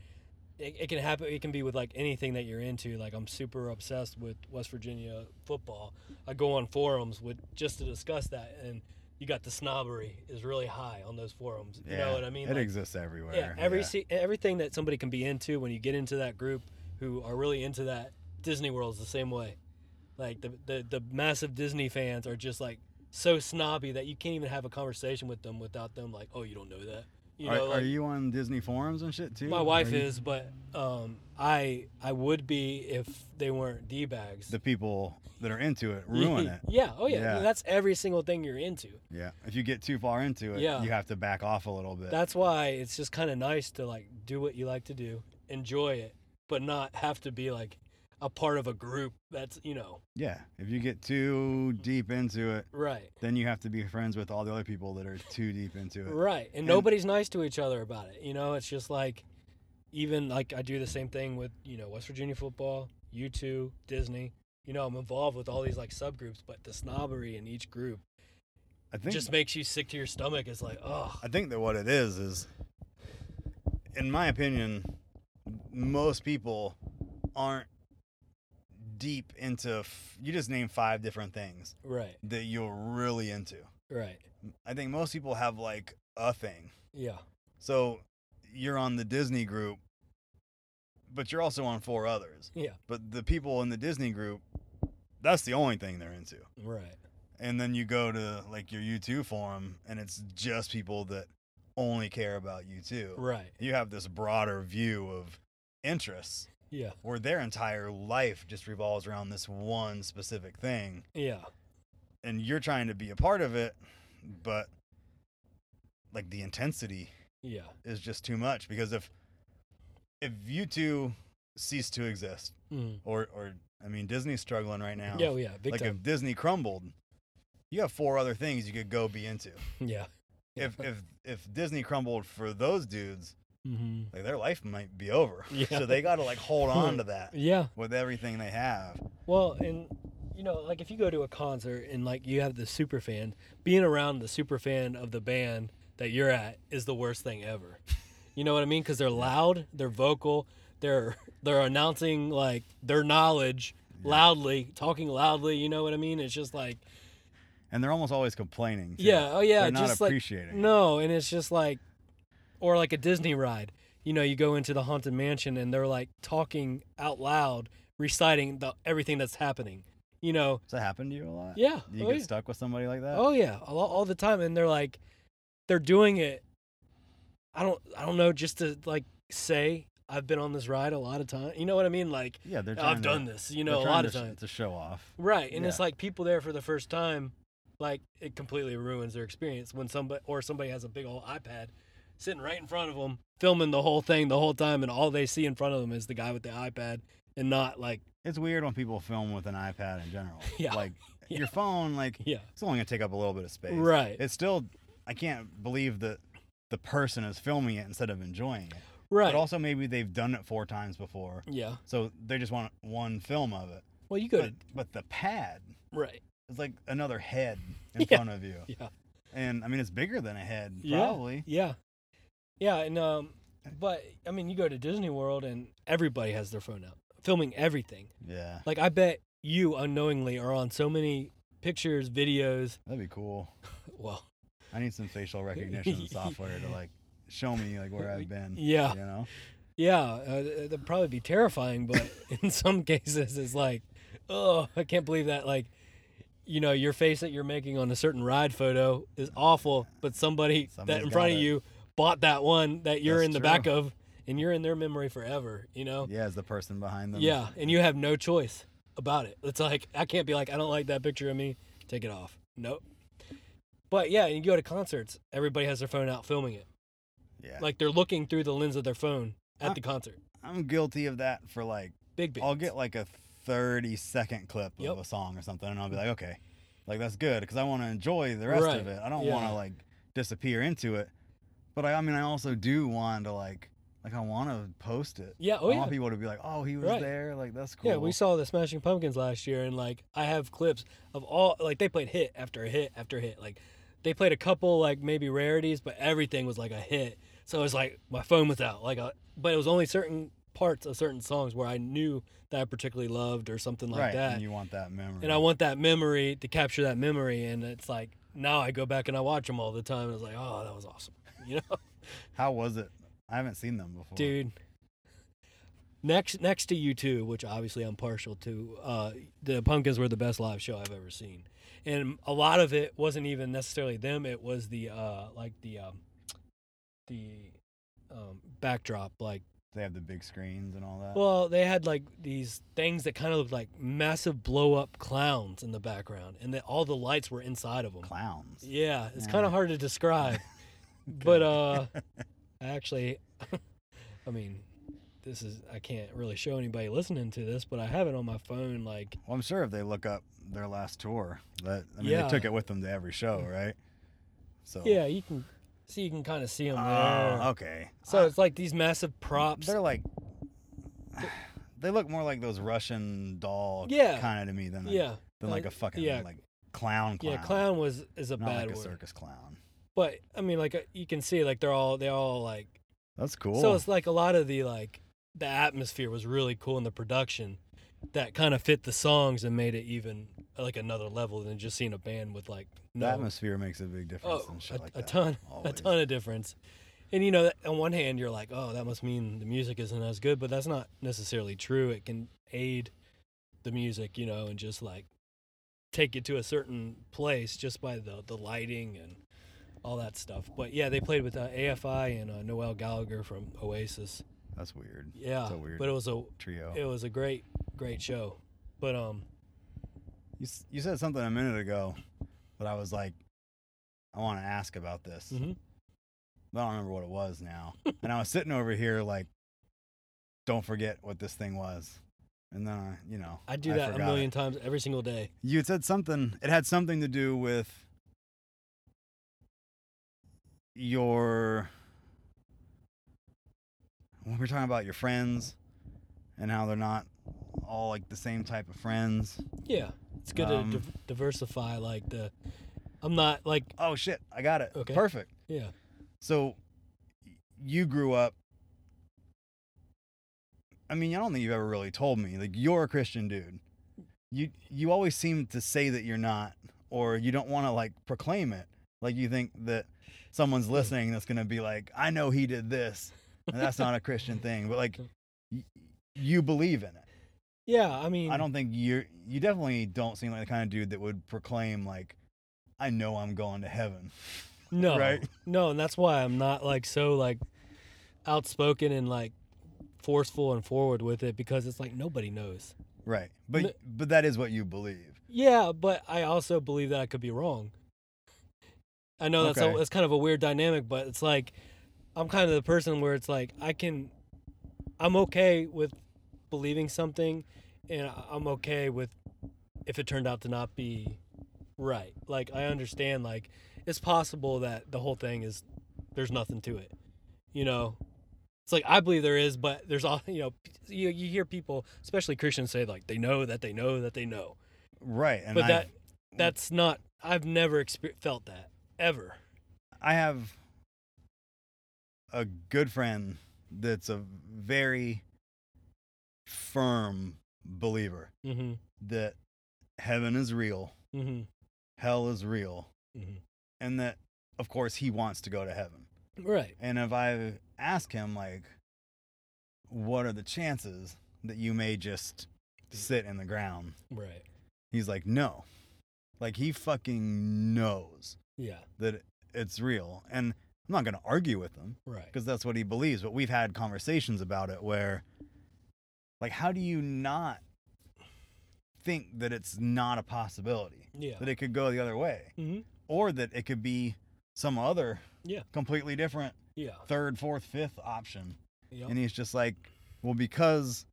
it, it can happen. It can be with like anything that you're into. Like I'm super obsessed with West Virginia football. I go on forums with just to discuss that, and you got the snobbery is really high on those forums. You know what I mean?
It
Like,
exists everywhere.
yeah, every se- everything that somebody can be into when you get into that group who are really into that Disney World's the same way. Like the, the the massive Disney fans are just like so snobby that you can't even have a conversation with them without them like, oh, you don't know that. You
are,
know,
are
like,
you on Disney forums and shit too?
my
Are
wife
you-
is, but um, I I would be if they weren't d bags.
The people that are into it ruin it.
yeah. Oh yeah.
Yeah.
That's every single thing you're into.
Yeah. If you get too far into it,
Yeah.
you have to back off a little bit.
That's why it's just kind of nice to like do what you like to do, enjoy it, but not have to be like a part of a group that's, you know,
yeah. If you get too deep into it,
right.
then you have to be friends with all the other people that are too deep into it.
Right. And, nobody's nice to each other about it. You know, it's just like even like I do the same thing with, you know, West Virginia football, U2, Disney. You know, I'm involved with all these like subgroups, but the snobbery in each group
I think
just makes you sick to your stomach. It's like, oh,
I think that what it is is, in my opinion, most people aren't deep into. F- you just name five different things
right,
that you're really into.
right.
I think most people have like a thing.
Yeah.
So you're on the Disney group, but you're also on four others.
Yeah.
But the people in the Disney group, that's the only thing they're into.
Right.
And then you go to like your U2 forum and it's just people that only care about U2.
Right.
You have this broader view of interests
Yeah.
where their entire life just revolves around this one specific thing
Yeah.
and you're trying to be a part of it, but like the intensity
Yeah.
is just too much because if if you two cease to exist
Mm.
or or I mean Disney's struggling right now.
Yeah, oh, yeah, big
like
time.
if Disney crumbled, you have four other things you could go be into.
yeah.
If if if Disney crumbled for those dudes,
Mm-hmm.
like their life might be over.
Yeah.
so they got to like hold on to that
Yeah.
with everything they have.
Well, and you know, like if you go to a concert and like you have the super fan, being around the super fan of the band that you're at is the worst thing ever. You know what I mean? Because they're loud, they're vocal, they're they're announcing like their knowledge loudly, talking loudly. You know what I mean? It's just like
And they're almost always complaining. too.
yeah, oh yeah,
They're not
just
appreciating
like
it.
no, and it's just like, or like a Disney ride. You know, you go into the haunted mansion and they're like talking out loud, reciting the everything that's happening. You know,
Does that happen to you a lot?
Yeah,
Do you
oh
get
yeah.
stuck with somebody like that?
oh yeah, all, all the time, and they're like, they're doing it. I don't, I don't know, just to like say I've been on this ride a lot of time. You know what I mean? Like,
Yeah, they're
I've
trying to-
done this. You
they're
know, a
trying
lot
to
of
sh-
times.
to show off.
Right, and it's
Yeah.
like people there for the first time, like it completely ruins their experience when somebody or somebody has a big old iPad sitting right in front of them filming the whole thing the whole time and all they see in front of them is the guy with the iPad and not like
It's weird when people film with an iPad in general.
Yeah.
Like
Yeah.
your phone, like
yeah
it's only gonna take up a little bit of space.
right
It's still I can't believe that the person is filming it instead of enjoying it.
right
But also maybe they've done it four times before.
yeah
So they just want one film of it.
well you
But
could
but the pad
right
is like another head in
Yeah.
front of you.
yeah
And I mean it's bigger than a head,
Yeah.
probably.
Yeah. Yeah, and um but I mean you go to Disney World and everybody has their phone out filming everything.
Yeah.
Like I bet you unknowingly are on so many pictures, videos,
That'd be cool.
well,
I need some facial recognition software to like show me like where I've been.
Yeah.
You know?
yeah, uh, that'd probably be terrifying, but in some cases it's like, oh, I can't believe that like you know, your face that you're making on a certain ride photo is awful, but somebody
Somebody's
that in front
got
of
it.
you bought that one that you're
That's
in the
true.
back of and you're in their memory forever, you know?
Yeah, as the person behind them.
Yeah, and you have no choice about it. It's like I can't be like I don't like that picture of me. Take it off. Nope. But yeah, and you go to concerts. Everybody has their phone out filming it.
Yeah.
Like they're looking through the lens of their phone at
Uh,
the concert.
I'm guilty of that for like
Big big.
I'll get like a 30 second clip
Yep.
of a song or something, and I'll be like, okay, like that's good because I want to enjoy the rest
Right,
of it. I don't
yeah.
want to like disappear into it, but I, I mean, I also do want to like, like I want to post it.
Yeah, oh
I
yeah.
want people to be like, oh, he was
Right.
there. Like that's cool.
Yeah, we saw the Smashing Pumpkins last year, and like I have clips of all like they played hit after hit after hit. Like they played a couple like maybe rarities, but everything was like a hit. So it was like my phone was out. Like, a, but it was only certain parts of certain songs where I knew that I particularly loved or something like
right,
that.
and you want that memory.
and I want that memory to capture that memory, and it's like now I go back and I watch them all the time. And it's like, oh, that was awesome, you know,
How was it? I haven't seen them before.
dude. Next, next to you two, which obviously I'm partial to, uh, the Pumpkins were the best live show I've ever seen, and a lot of it wasn't even necessarily them. It was the uh, like the um, the um, backdrop, like
they have the big screens and all that.
well, they had like these things that kind of looked like massive blow up clowns in the background, and that all the lights were inside of them.
Clowns.
Yeah, it's kind
Yeah.
of hard to describe. but uh I actually I mean, this is I can't really show anybody listening to this, but I have it on my phone like
Well, I'm sure if they look up their last tour, that I mean,
Yeah.
they took it with them to every show, right? So
yeah, you can see you can kind of see them there.
Oh, okay.
So it's like these massive props.
They're like they look more like those Russian doll
Yeah.
kind of to me than like,
yeah.
than like
uh,
a fucking
yeah.
like clown clown.
Yeah, clown was is a
Not
bad
like a
word.
circus clown.
But I mean like uh, you can see like they're all they're all like
That's cool.
So it's like a lot of the like the atmosphere was really cool in the production that kind of fit the songs and made it even like another level than just seeing a band with like
the
no
atmosphere makes a big difference
oh,
and shit
a,
like
a
that.
ton
always.
a ton of difference. And you know, that- on one hand you're like, oh, that must mean the music isn't as good, but that's not necessarily true. It can aid the music, you know, and just like take it to a certain place just by the the lighting and all that stuff. But yeah, they played with uh, AFI and uh, Noel Gallagher from Oasis.
That's weird.
Yeah,
It's a weird Oh.
but it was a
trio.
it was a great great show. But um,
you, s- you said something a minute ago that I was like, I want to ask about this.
mhm.
I don't remember what it was now. and I was sitting over here like, don't forget what this thing was. And then I, you know,
I do that a
forgot it.
million times every single day.
You had said something. It had something to do with your when we're talking about your friends and how they're not all like the same type of friends.
Yeah, it's good
Um,
to div- diversify. Like the, I'm not like
Oh shit, I got it.
Okay.
Perfect.
yeah
So y- you grew up I mean, I don't think you've ever really told me. Like you're a Christian dude. You you always seem to say that you're not or you don't want to like proclaim it. Like you think that someone's listening that's going to be like, "I know he did this." And that's not a Christian thing, but like y- you believe in it.
yeah. I mean,
I don't think you're you definitely don't seem like the kind of dude that would proclaim like I know I'm going to heaven.
no
right?
no, and that's why I'm not like so like outspoken and like forceful and forward with it because it's like nobody knows.
Right. But but that is what you believe.
Yeah, but I also believe that I could be wrong. I know that's
Okay.
a, that's kind of a weird dynamic, but it's like I'm kind of the person where it's like I can, I'm okay with believing something, and I- I'm okay with if it turned out to not be right. Like I understand, like it's possible that the whole thing is there's nothing to it, you know. It's like I believe there is, but there's all you know. p- You you hear people, especially Christians, say like they know that they know that they know
Right. And
but
I
that that's not I've never exper- felt that ever.
I have a good friend that's a very firm believer
Mhm.
that heaven is real,
Mhm.
hell is real,
Mhm.
and that of course he wants to go to heaven.
Right.
And if I ask him like what are the chances that you may just sit in the ground?
Right.
He's like, "No." Like he fucking knows
Yeah.
that it's real. And I'm not going to argue with him.
Right.
because that's what he believes. But we've had conversations about it where, like, how do you not think that it's not a possibility
Yeah.
that it could go the other way,
Mhm.
or that it could be some other,
Yeah.
completely different
Yeah.
third, fourth, fifth option?
Yep.
And he's just like, well, because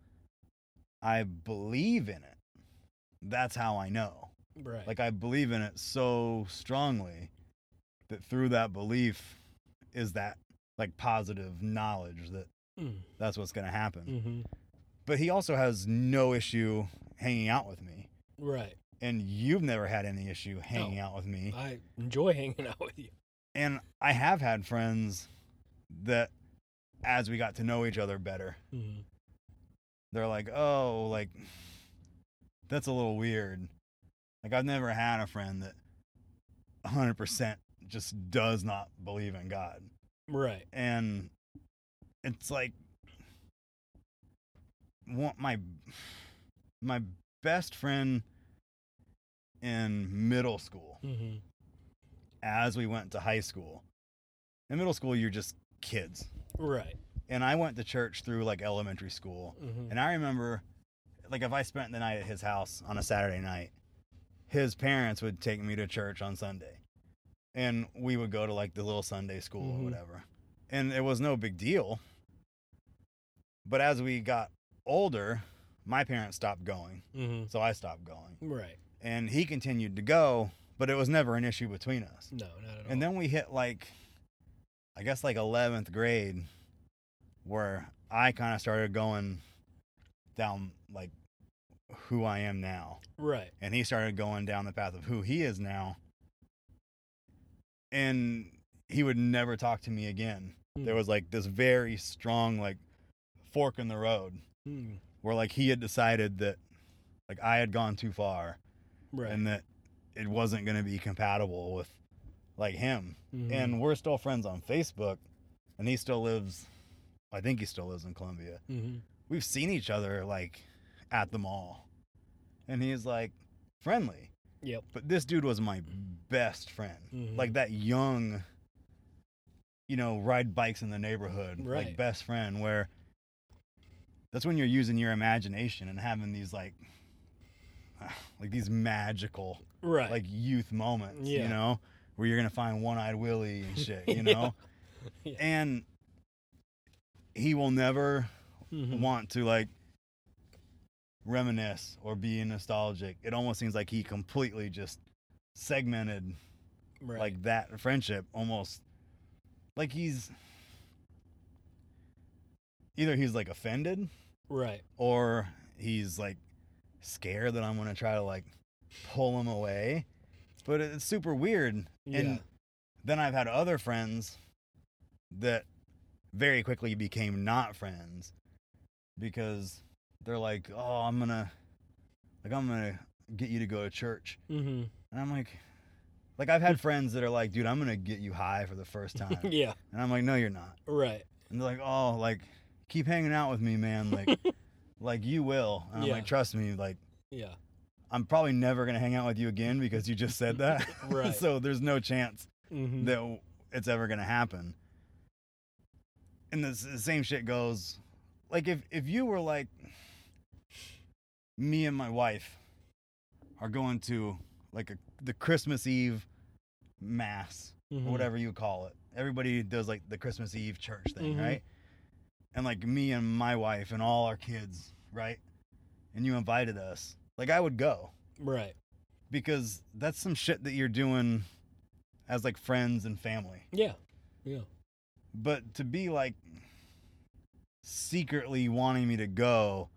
I believe in it. That's how I know.
right.
Like I believe in it so strongly that through that belief is that like positive knowledge that
mm.
that's what's going to happen.
Mhm.
But he also has no issue hanging out with me.
Right.
And you've never had any issue hanging out with me.
I enjoy hanging out with you.
and I have had friends that as we got to know each other better,
Mhm.
they're like, "Oh, like that's a little weird." Like I've never had a friend that 100% just does not believe in God.
Right.
and it's like want my my best friend in middle school
Mhm.
as we went to high school in middle school you're just kids
Right.
and i went to church through like elementary school
Mhm.
and i remember like if i spent the night at his house on a saturday night his parents would take me to church on sunday and we would go to like the little sunday school
Mhm.
or whatever and it was no big deal but as we got older my parents stopped going
Mhm.
so i stopped going
Right.
and he continued to go but it was never an issue between us
No, not at all.
and then we hit like, I guess like 11th grade, where I kind of started going down like who I am now.
right.
And he started going down the path of who he is now. And he would never talk to me again. There
Mm.
was like this very strong, like, fork in the road
Mm.
where like he had decided that like I had gone too far
Right.
and that it wasn't going to be compatible with like him
Mhm.
and we're still friends on Facebook, and he still lives. I think he still lives in Columbia.
Mhm.
We've seen each other like at the mall, and he's like friendly.
Yep.
But this dude was my best friend,
Mhm.
like that young, you know, ride bikes in the neighborhood,
Right.
like best friend. Where that's when you're using your imagination and having these like, like these magical
Right.
like youth moments,
Yeah.
you know, where you're gonna find one eyed Willie and shit,
Yeah.
you know?
Yeah.
And he will never
Mhm.
want to like reminisce or be nostalgic. It almost seems like he completely just segmented
right.
like that friendship almost like he's either he's like offended
right.
or he's like scared that I'm gonna try to like pull him away. But it's super weird.
Yeah.
And then I've had other friends that very quickly became not friends because they're like, "Oh, I'm gonna like I'm gonna get you to go to church,"
Mhm.
and I'm like. Like I've had friends that are like, dude, I'm gonna get you high for the first time,
Yeah.
and I'm like, no, you're not.
Right.
And they're like, oh, like, keep hanging out with me, man. Like, like you will. And I'm
Yeah.
like, trust me, like,
Yeah.
I'm probably never gonna hang out with you again because you just said that.
Right.
so there's no chance
Mhm.
that w- it's ever gonna happen. And the, s- the same shit goes, like, if if you were like me and my wife are going to like a, the Christmas Eve mass
Mhm.
or whatever you call it. Everybody does like the Christmas Eve church thing,
Mhm.
right? And like me and my wife and all our kids, right? And you invited us. Like I would go
Right.
because that's some shit that you're doing as like friends and family.
Yeah. Yeah.
But to be like secretly wanting me to go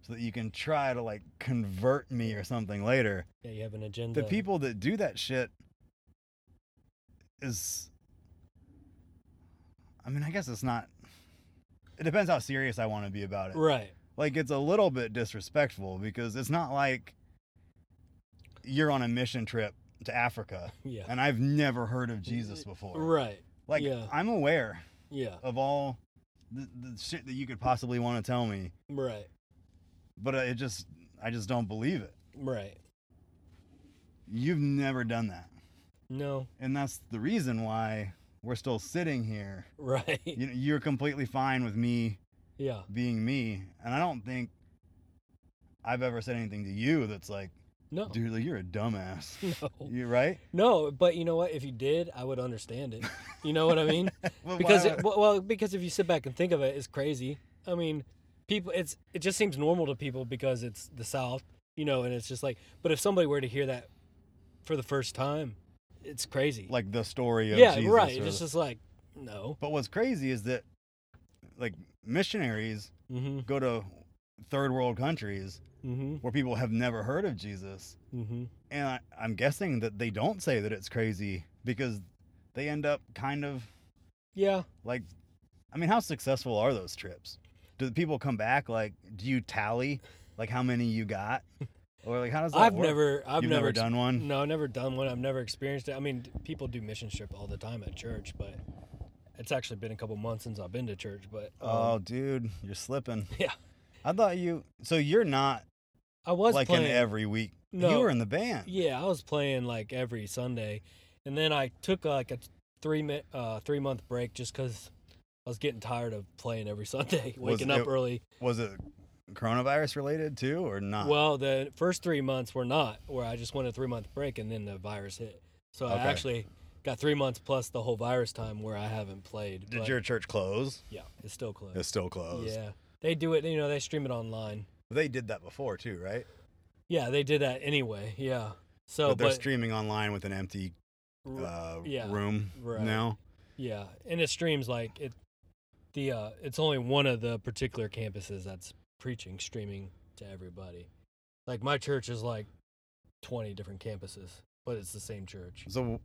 so that you can try to like convert me or something later.
Yeah. You have an agenda.
the people that do that shit is I mean, I guess it's not it depends how serious I want to be about it.
Right.
Like it's a little bit disrespectful because it's not like you're on a mission trip to Africa
Yeah.
and I've never heard of Jesus before.
Right.
Like
yeah.
I'm aware
Yeah.
of all the, the shit that you could possibly want to tell me,
Right.
but uh, it just I just don't believe it.
Right.
You've never done that.
No.
and that's the reason why we're still sitting here.
Right.
You know, you're completely fine with me
Yeah.
being me, and I don't think I've ever said anything to you that's like,
No.
dude, like you're a dumbass.
No.
You right?
No, but you know what? If you did, I would understand it. You know what I mean?
Well,
because
why
it,
would-
well, well, because if you sit back and think of it, it's crazy. I mean, people, it's it just seems normal to people because it's the South, you know, and it's just like. But if somebody were to hear that for the first time, it's crazy.
like the story of
yeah,
Jesus
right.
or-
It's just like no.
but what's crazy is that like missionaries
Mm-hmm.
go to third world countries
Mm-hmm.
where people have never heard of Jesus,
Mm-hmm.
and I, I'm guessing that they don't say that it's crazy because they end up kind of
Yeah.
Like, I mean, how successful are those trips? Do the people come back? Like, do you tally like how many you got, or like how does that
I've
work?
never. I've
You've
never,
never
ex-
done one.
No, I've never done one. I've never experienced it. I mean, d- people do mission trip all the time at church, but it's actually been a couple months since I've been to church. But um,
Oh, dude, you're slipping.
yeah,
I thought you. So you're not
I was
like
playing.
in every week. You
No.
were in the band.
yeah, I was playing like every Sunday, and then I took like a three mi- uh, three month break just because I was getting tired of playing every Sunday,
Was
waking up
it-
early.
Was it coronavirus related too, or not?
Well, the first three months were not where I just went a three month break, and then the virus hit. So
Okay.
I actually got three months plus the whole virus time where I haven't played.
did
but-
your church close?
Yeah, it's still closed.
It's still closed.
Yeah, they do it. You know, they stream it online.
They did that before too, right?
Yeah, they did that anyway. Yeah. So,
but they're
but,
streaming online with an empty
r-
uh,
yeah,
room
right.
now.
yeah, and it streams like it. The uh, it's only one of the particular campuses that's preaching streaming to everybody. Like my church is like twenty different campuses, but it's the same church.
So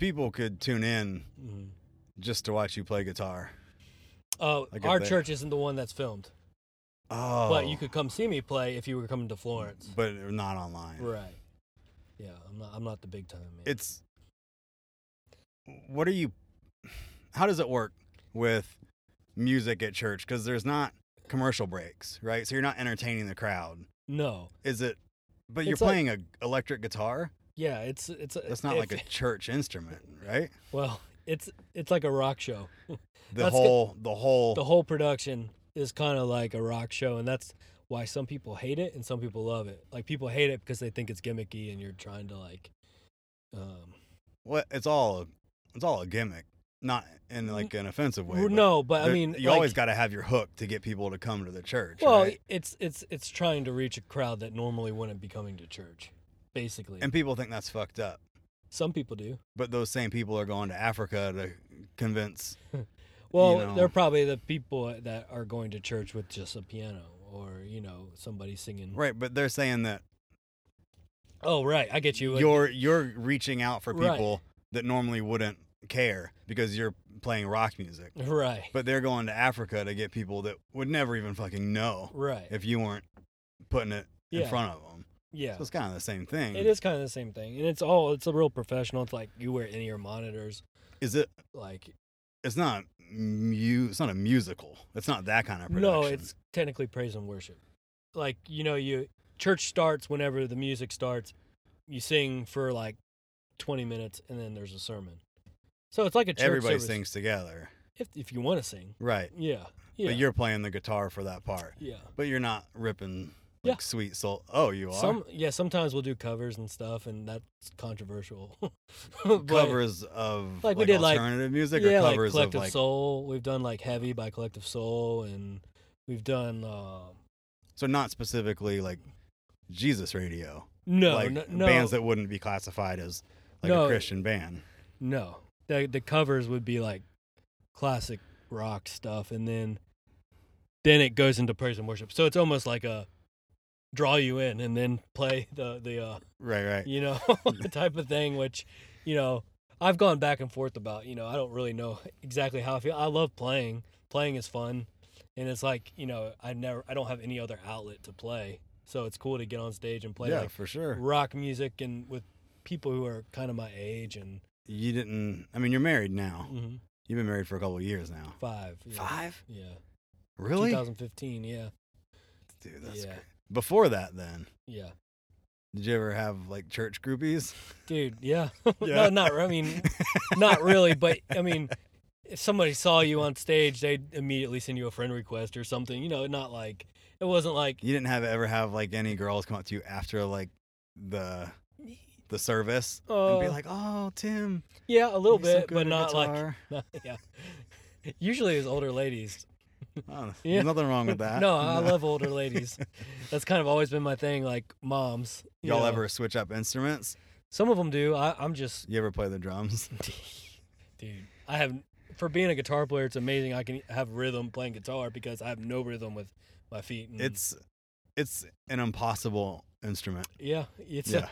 people could tune in
Mm.
just to watch you play guitar.
Oh,
I get
our
that.
church isn't the one that's filmed,
Oh,
but you could come see me play if you were coming to Florence.
but not online.
Right. Yeah, I'm not. I'm not the big time man.
It's what are you? How does it work with music at church? Because there's not commercial breaks, right? So you're not entertaining the crowd.
no.
Is it? But you're
It's like-
playing a electric guitar.
Yeah, it's it's.
That's not like a church instrument, right?
Well, it's it's like a rock show.
The
That's good.
whole, the whole,
The whole production is kind of like a rock show, and that's why some people hate it and some people love it. Like people hate it because they think it's gimmicky, and you're trying to like, um,
what? It's all, it's all a gimmick. Not in like an offensive way.
Mm, well, no, but I
there-
mean,
you
like,
always got to have your hook to get people to come to the church.
Well,
right?
it's it's it's trying to reach a crowd that normally wouldn't be coming to church, basically.
and people think that's fucked up.
some people do.
but those same people are going to Africa to convince.
Well,
know.
they're probably the people that are going to church with just a piano or you know somebody singing.
Right, but they're saying that
Oh, right, I get you. Like,
you're you're reaching out for
Right.
people that normally wouldn't care because you're playing rock music.
right,
But they're going to Africa to get people that would never even fucking know
right.
if you weren't putting it in
Yeah.
front of them.
yeah,
So it's kind of the same thing.
It is kind of the same thing, and it's all it's a real professional. It's like you wear in ear monitors,
Is it?
like
It's not mu. It's not a musical. It's not that kind of production.
no, it's technically praise and worship. Like you know, you church starts whenever the music starts. You sing for like twenty minutes, and then there's a sermon. So it's like a church
everybody
service,
sings together.
if if you want to sing.
Right.
Yeah, yeah,
But you're playing the guitar for that part.
yeah,
But you're not ripping Like
Yeah.
sweet soul. Oh, you are.
Some yeah, sometimes we'll do covers and stuff, and that's controversial. But-
covers of
Like we did, like-
alternative music
yeah,
or covers
like
of
Collective
like
Soul. We've done like Heavy by Collective Soul, and we've done uh,
so not specifically like Jesus radio.
no,
like
no, no,
bands that wouldn't be classified as like a
No.
Christian band.
no. The the covers would be like classic rock stuff, and then then it goes into praise and worship. So it's almost like a draw you in, and then play the the uh,
Right, right.
you know, type of thing, which, you know, I've gone back and forth about, you know, I don't really know exactly how I feel. I love playing. Playing is fun. And it's like, you know, I never I don't have any other outlet to play. So it's cool to get on stage and play
yeah,
like
for sure.
rock music and with people who are kind of my age and
You didn't. I mean, you're married now.
mhm,
You've been married for a couple of years now.
five. Yeah.
Mm-hmm. Five?
Yeah.
Really?
2015, yeah.
Dude, that's
yeah.
great. Before that, then,
Yeah.
did you ever have like church groupies?
Dude, yeah.
Yeah.
no, not re- I mean not really, but I mean, if somebody saw you on stage, they'd immediately send you a friend request or something. You know, not like it wasn't like
You didn't have ever have like any girls come up to you after like the the service and be
Uh,
like, "Oh, Tim,
yeah, a little
you're so
bit,
good
but
at
not like
guitar."
not- yeah. Usually, it's older ladies.
Oh, there's
Yeah.
nothing wrong with that.
no, I love older ladies. That's kind of always been my thing. Like moms, you
Y'all
know.
ever switch up instruments?
Some of them do. I, I'm just
You ever play the drums?
Mm-hmm. dude. I have for being a guitar player, it's amazing. I can have rhythm playing guitar because I have no rhythm with my feet. And,
It's it's an impossible instrument.
yeah, it's
yeah.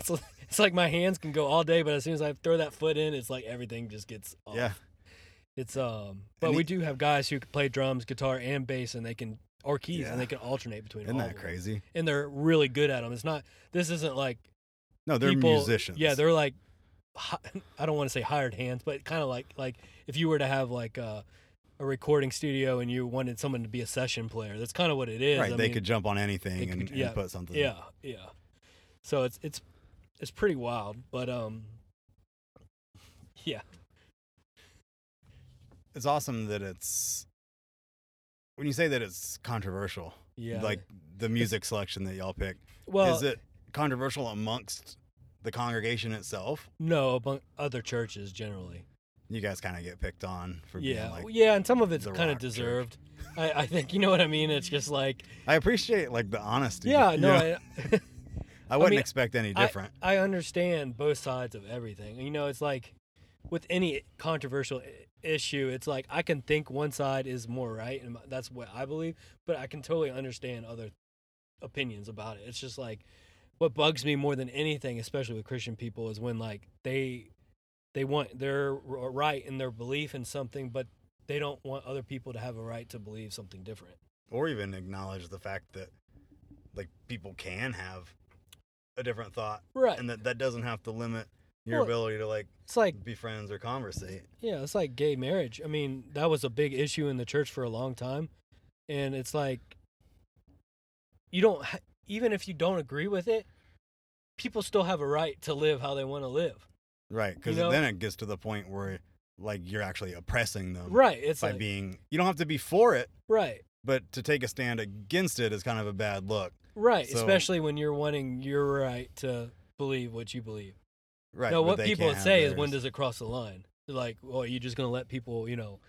It's, li- it's like my hands can go all day, but as soon as I throw that foot in, it's like everything just gets off.
Yeah.
It's um, but
And
we
it-
do have guys who can play drums, guitar, and bass, and they can or keys,
Yeah.
and they can alternate between.
Isn't
all
that
of them.
crazy?
And they're really good at them. It's not. This isn't like
No, they're
people-
musicians.
Yeah, they're like. hi- I don't want to say hired hands, but kind of like like if you were to have like a, a recording studio and you wanted someone to be a session player, that's kind of what it is.
right.
I
they
mean,
could jump on anything
they
and,
could-
and
yeah,
put something.
yeah, yeah. So it's it's it's pretty wild, but um, yeah,
It's awesome that it's when you say that it's controversial.
yeah.
Like the music selection that y'all pick.
well,
is it controversial amongst the congregation itself?
no, among other churches generally.
You guys kind of get picked on for
Yeah,
being like.
yeah, and some of it's
the
kind
rock
of
church.
deserved. I, I think you know what I mean. It's just like,
I appreciate like the honesty.
yeah,
you
no,
know?
I,
I wouldn't
mean,
expect any
I-
different.
I understand both sides of everything. You know, it's like with any controversial i- issue, it's like I can think one side is more right, and that's what I believe, but I can totally understand other opinions about it. It's just like what bugs me more than anything, especially with Christian people, is when like they they want their r- right in their belief in something, but they don't want other people to have a right to believe something different.
or even acknowledge the fact that like people can have a different thought
Right.
and that that doesn't have to limit your
Well-
ability to like
It's like
be friends or conversate
Yeah, it's like gay marriage. I mean, that was a big issue in the church for a long time. And it's like, you don't, ha- even if you don't agree with it, people still have a right to live how they want to live.
right because
know-
then it gets to the point where like you're actually oppressing them
Right. It's
Um, by
like,
being you don't have to be for it
right,
but to take a stand against it is kind of a bad look
right.
So-
Especially when you're wanting your right to believe what you believe.
right
no,
but
what
they
people
can't
would
have
say is, when
theirs.
does it cross the line? They're Like, well, are you just going to let people, you know,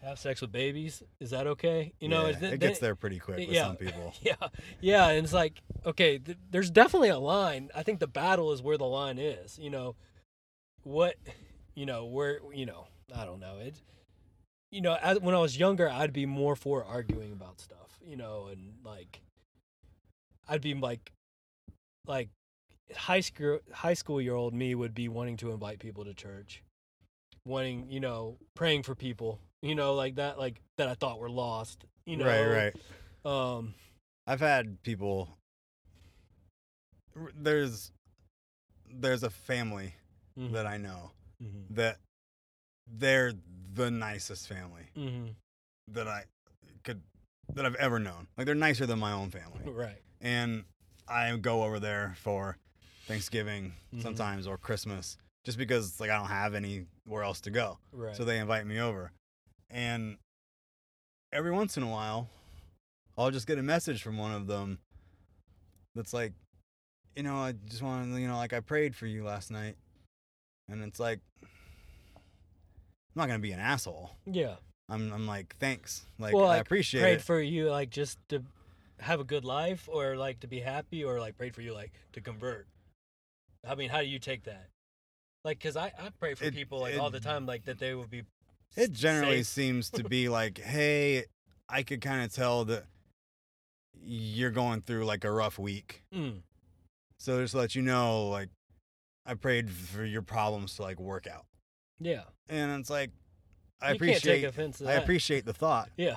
have sex with babies? Is that okay? You know,
Yeah,
is th-
it
then-
gets there pretty quick with
yeah.
some people
yeah yeah and it's like okay th- there's definitely a line i think the battle is where the line is you know what you know where you know i don't know it you know as, when i was younger i'd be more for arguing about stuff you know and like i'd be like like high school high school year old me would be wanting to invite people to church wanting you know praying for people you know like that like that i thought were lost you know
right right
um
I've had people. r- There's there's a family
Mhm.
that I know
Mm-hmm.
that they're the nicest family
Mm-hmm.
that I could that I've ever known. Like they're nicer than my own family.
Right.
And I go over there for Thanksgiving
Mhm.
sometimes or Christmas just because like I don't have anywhere else to go.
Right.
So they invite me over. And every once in a while, I'll just get a message from one of them that's like, you know, I just want to, you know, like I prayed for you last night, and it's like, I'm not gonna be an asshole.
Yeah.
I'm, I'm like, thanks, like
Well,
I
like,
appreciate
prayed
it.
for you like just to have a good life or like to be happy or like prayed for you like to convert i mean how do you take that like because I, I pray for
It-
people like
it-
all the time like that they will be
it generally
safe.
seems to be like, hey, I could kind of tell that you're going through like a rough week.
mm,
So just to let you know, like, I prayed for your problems to like work out,
yeah
and it's like, I
you can't take
appreciate,
offense to
I
that.
appreciate the thought,
yeah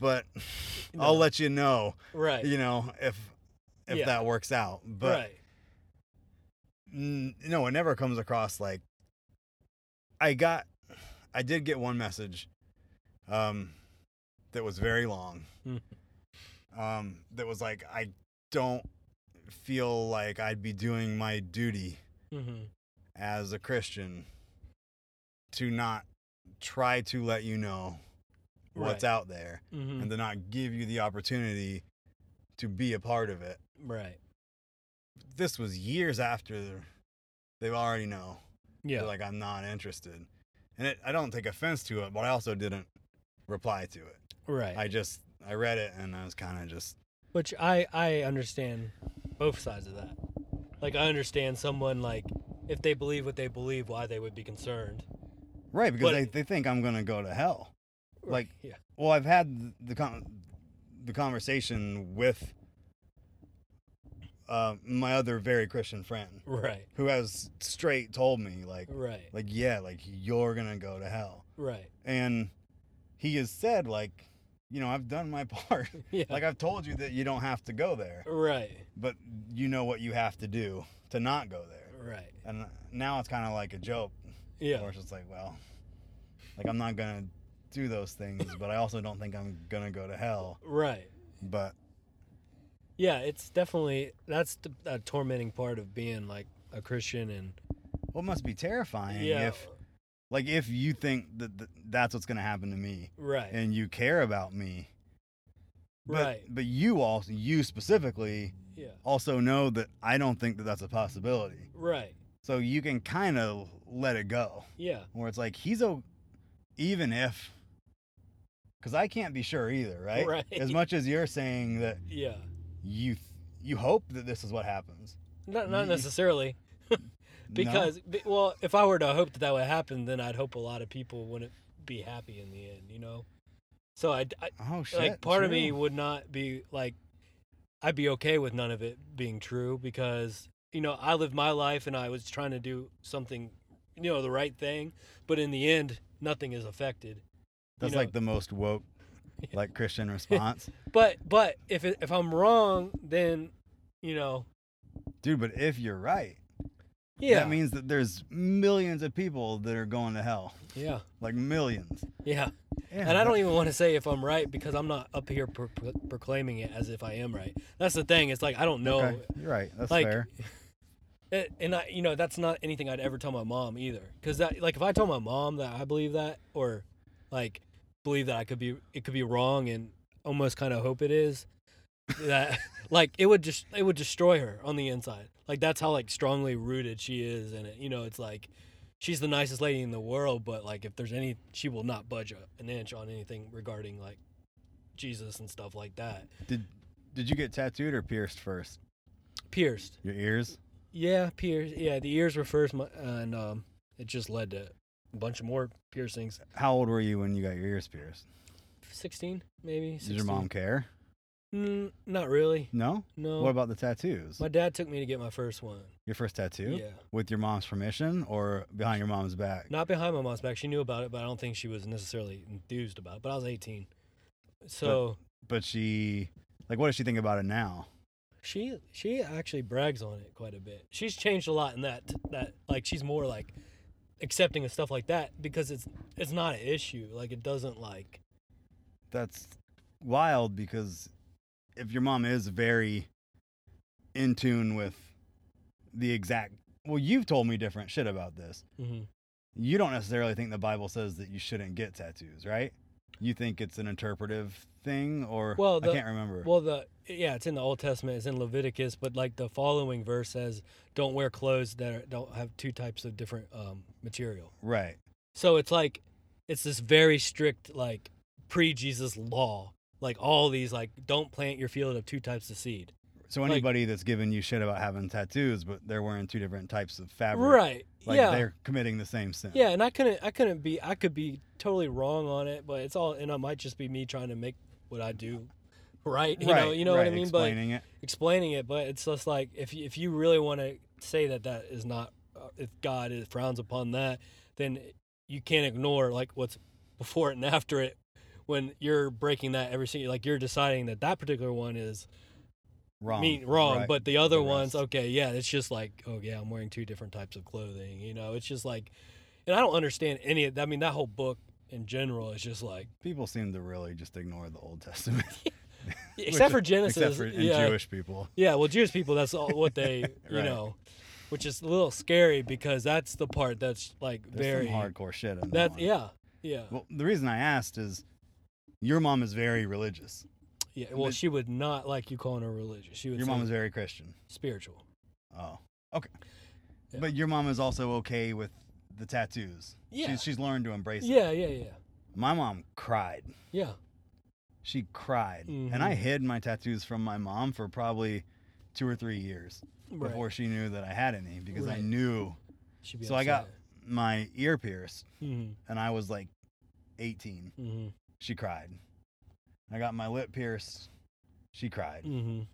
but
No.
I'll let you know,
right
you know, if if
Yeah.
that works out. But
right
n- no, it never comes across like I got. I did get one message, um, that was very long.
Mhm.
um, that was like I don't feel like I'd be doing my duty
hmm
as a Christian to not try to let you know what's
Right.
out there
hmm
and to not give you the opportunity to be a part of it.
right
This was years after they already know.
yeah
They're like I'm not interested. And it, I don't take offense to it, but I also didn't reply to it.
right
I just I read it and I was kind of just
Which I I understand both sides of that. Like I understand someone like if they believe what they believe, why they would be concerned.
right because
But-
they, they think I'm gonna go to hell. Like
Yeah.
Well, I've had the con- the conversation with uh, my other very Christian friend
Right.
who has straight told me like
Right.
like yeah like you're gonna go to hell
Right.
and he has said like you know I've done my part
Yeah.
like I've told you that you don't have to go there
right.
but you know what you have to do to not go there
Right.
and now it's kind of like a joke
Yeah.
or it's just like well like I'm not gonna do those things but I also don't think I'm gonna go to hell
Right.
but
Yeah, it's definitely that's the a tormenting part of being like a Christian and
Well, it must be terrifying
yeah.
if, like, if you think that th- that's what's going to happen to me
right.
and you care about me, but,
Right.
But you also, you specifically,
yeah.
also know that I don't think that that's a possibility.
Right.
So you can kind of let it go,
Yeah.
where it's like he's a, even if, because I can't be sure either, right?
Right.
As much as you're saying that
Yeah.
you, th- you hope that this is what happens.
Not not
Mm.
necessarily.
No?
Because, be- well, if I were to hope that that would happen, then I'd hope a lot of people wouldn't be happy in the end, you know? So I, I
oh shit,
like, part of me
true.
would not be like, I'd be okay with none of it being true because, you know, I lived my life and I was trying to do something, you know, the right thing. But in the end, nothing is affected.
that's
know-
like the most woke, like Christian response.
But, but if, it, if I'm wrong, then, you know,
Dude, but if you're right,
yeah.
that means that there's millions of people that are going to hell.
yeah.
Like millions.
Yeah.
Yeah,
And I don't
that-
even want to say if I'm right because I'm not up here pro- pro- proclaiming it as if I am right. That's the thing. It's like I don't know.
Okay, you're right. That's
like,
fair.
it- Eh, and I, you know, that's not anything I'd ever tell my mom either. Because that, like, if I tell my mom that I believe that or, like, believe that I could be, it could be wrong, and almost kind of hope it is, that, like, it would just, it would destroy her on the inside. Like that's how like strongly rooted she is in it. You know, it's like, she's the nicest lady in the world, but like, if there's any, she will not budge a- an inch on anything regarding like Jesus and stuff like that.
Did did you get tattooed or pierced first?
Pierced.
Your ears?
Yeah, pierce. Yeah, the ears were first, my, and um, it just led to a bunch of more piercings.
How old were you when you got your ears pierced?
Sixteen, maybe. 16.
Did your mom care?
Mm, not really.
No?
No.
What about the tattoos?
my dad took me to get my first one.
Your first tattoo?
Yeah.
With your mom's permission or behind your mom's back?
Not behind my mom's back. She knew about it, but I don't think she was necessarily enthused about it. But I was eighteen, so
But she like what does she think about it now?
she she actually brags on it quite a bit. She's changed a lot in that that like she's more like accepting of stuff like that because it's it's not an issue. Like it doesn't like
That's wild because if your mom is very in tune with the exact well you've told me different shit about this
mhm.
you don't necessarily think the bible says that you shouldn't get tattoos right You think it's an interpretive thing, or
Well, the-
I can't remember.
Well, the yeah, it's in the Old Testament, it's in Leviticus, but like the following verse says, "Don't wear clothes that are, don't have two types of different um, material."
right.
So it's like it's this very strict like pre-Jesus law, like all these like don't plant your field of two types of seed.
So
like-
anybody that's giving you shit about having tattoos, but they're wearing two different types of fabric,
Right.
Like
yeah.
they're committing the same sin.
Yeah, and I couldn't I couldn't be I could be totally wrong on it, but it's all and it might just be me trying to make what I do right. You
right,
know, you know what I
right,
mean?
Explaining it.
But explaining it, but it's just like if you, if you really want to say that that is not uh, if God is, frowns upon that, then you can't ignore like what's before it and after it when you're breaking that every single like you're deciding that that particular one is
Wrong.
mean wrong,
right,
but the other
the
ones,
rest.
okay, yeah, it's just like, oh yeah, I'm wearing two different types of clothing. You know, it's just like, and I don't understand any of. I mean, that whole book in general is just like,
people seem to really just ignore the Old Testament,
except
Which-
for Genesis,
except for in
yeah,
Jewish people.
yeah. Well, Jewish people, that's all what they, you
Right.
know, which is a little scary because that's the part that's like
There's
very
some hardcore shit in that.
that,
one.
yeah, yeah,
Well, the reason I asked is, your mom is very religious.
yeah. Well,
but-
she would not like you calling her religious. She would
Your
say
mom is very Christian.
spiritual.
Oh, okay.
Yeah.
But your mom is also okay with the tattoos.
Yeah.
She's, she's learned to embrace it.
Yeah, yeah, yeah,
My mom cried.
yeah.
She cried. And I
Mhm.
hid my tattoos from my mom for probably two or three years
Right.
before she knew that I had any because I
Right.
knew.
She'd be
so I got
upset.
my ear pierced
Mhm,
and I was like 18.
mhm,
She cried. I got my lip pierced. She cried.
mhm.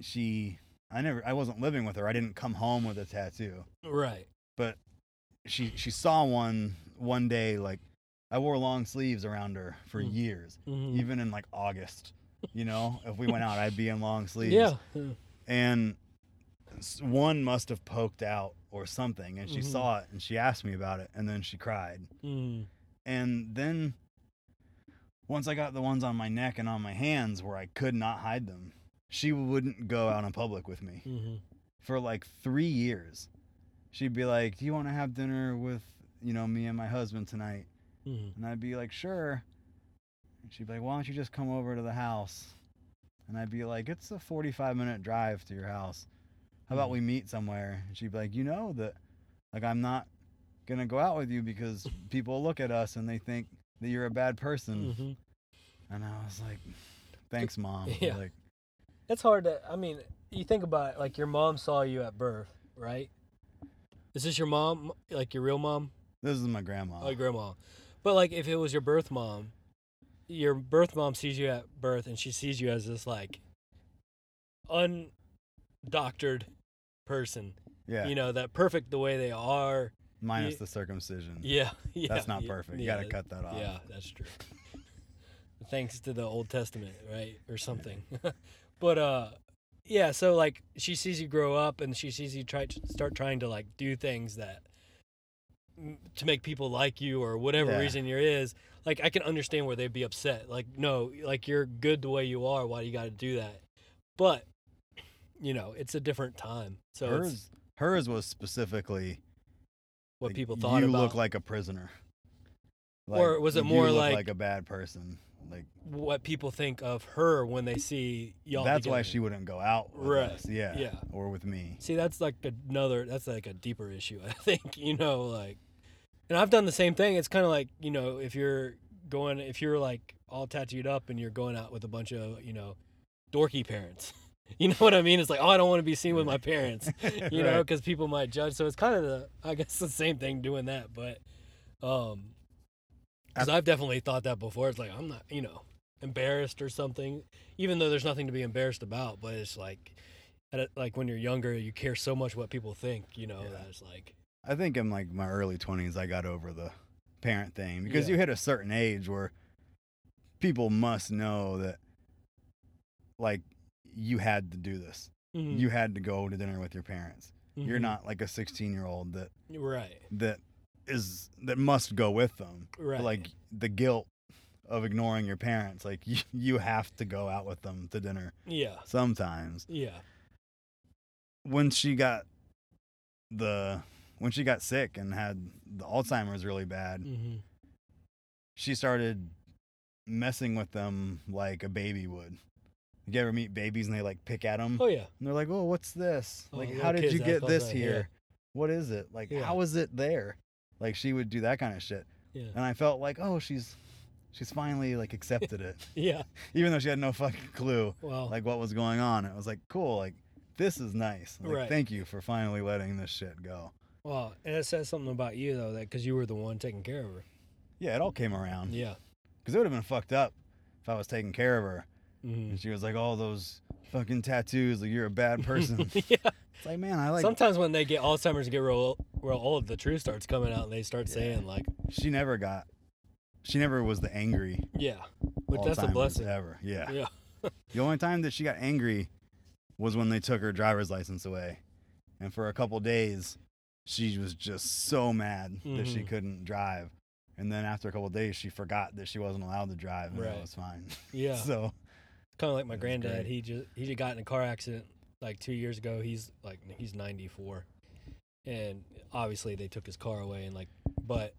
She, I never, I wasn't living with her. I didn't come home with a tattoo.
Right.
but she she saw one one day like I wore long sleeves around her for
Mm.
years,
mhm.
even in like August. You know, if we went out, I'd be in long sleeves.
Yeah. yeah.
And s- one must have poked out or something, and she
Mhm.
saw it and she asked me about it, and then she cried.
Mm.
And then once I got the ones on my neck and on my hands where I could not hide them, she wouldn't go out in public with me
hmm
for like three years. She'd be like, "Do you want to have dinner with you know me and my husband tonight?"
hmm
And I'd be like, "Sure." And she'd be like, "Why don't you just come over to the house?" And I'd be like, "It's a 45 minute drive to your house. How about
Mhm.
we meet somewhere?" And she'd be like, "You know that, like I'm not gonna go out with you because people look at us and they think that you're a bad person."
hmm
And I was like, "Thanks, mom."
Yeah.
Like,
It's hard to. I mean, you think about it. Like your mom saw you at birth, right? Is this your mom? Like your real mom?
this is my grandma.
Oh, your grandma. But like, if it was your birth mom, your birth mom sees you at birth, and she sees you as this like undoctored person.
yeah,
You know that perfect the way they are.
minus
you-
the circumcision.
Yeah. yeah
That's not
yeah,
perfect. You
yeah,
gotta cut that off.
Yeah, that's true. Thanks to the Old Testament, right? Or something. but uh yeah, so like she sees you grow up and she sees you try to start trying to like do things that m- to make people like you or whatever
Yeah.
reason there is. Like I can understand where they'd be upset. Like no, like you're good the way you are. Why do you got to do that? But you know, it's a different time. So it's
hers, hers was specifically
what
like,
people thought
you
about.
look like a prisoner.
Or was it
you
more
look
like-
a bad person? Like
what people think of her when they see y'all.
that's why
together.
she wouldn't go out. With
Right,
us, Yeah.
yeah.
Or with me.
See, that's like another. That's like a deeper issue. I think you know, like, and I've done the same thing. It's kind of like you know, if you're going, if you're like all tattooed up and you're going out with a bunch of you know, dorky parents. You know what I mean? It's like, oh, I don't want to be seen with my parents. You know,
Right.
because people might judge. So it's kind of the, I guess, the same thing doing that. But, um, because I've definitely thought that before. It's like I'm not, you know, embarrassed or something. Even though there's nothing to be embarrassed about, but it's like at a, like when you're younger, you care so much what people think, you know.
Yeah.
That it's like,
I think in like my early twenties, I got over the parent thing because
Yeah.
you hit a certain age where people must know that, like, you had to do this.
Mm. mm-hmm,
You had to go to dinner with your parents. You're
mhm,
not like a 16 year old that
right,
that is that must go with them.
right,
like the guilt of ignoring your parents like you, you have to go out with them to dinner
yeah,
sometimes
yeah,
when she got
Mm. mm-hmm.
the when she got sick and had the alzheimer's really bad
hmm
she started messing with them like a baby would. You ever meet babies and they like pick at them?
Oh yeah.
And they're like, "Oh, what's this?
Oh,
like,
little
how did
kids
you
act
get
all
this
that, yeah.
here? What is it? Like,
Yeah.
how is it there?" Like she would do that kind of shit,
Yeah.
and I felt like, "Oh, she's she's finally like accepted it,
Yeah.
even though she had no fucking clue
Well,
like what was going on." It was like, "Cool, like this is nice. Like,
Right.
thank you for finally letting this shit go."
well, and it says something about you though, that because you were the one taking care of her.
Yeah, it all came around because
Yeah.
it would have been fucked up if I was taking care of her
Mhm.
and she was like, "All those fucking tattoos, like you're a bad person."
yeah.
it's like, man, I mm. like
Sometimes when they get Alzheimer's and get real real old, the truth starts coming out and they start saying like,
she never got. She never was the angry
yeah, but that's a
Alzheimer's
blessing.
Ever, yeah.
Yeah.
The only time that she got angry was when they took her driver's license away, and for a couple days, she was just so mad that she
Mhm.
couldn't drive. And then after a couple days, she forgot that she wasn't allowed to drive, and that
Right.
was fine.
Yeah.
so
kind of like my
That's
granddad.
great.
He just he just got in a car accident like two years ago. He's like he's 94, and obviously they took his car away and like, but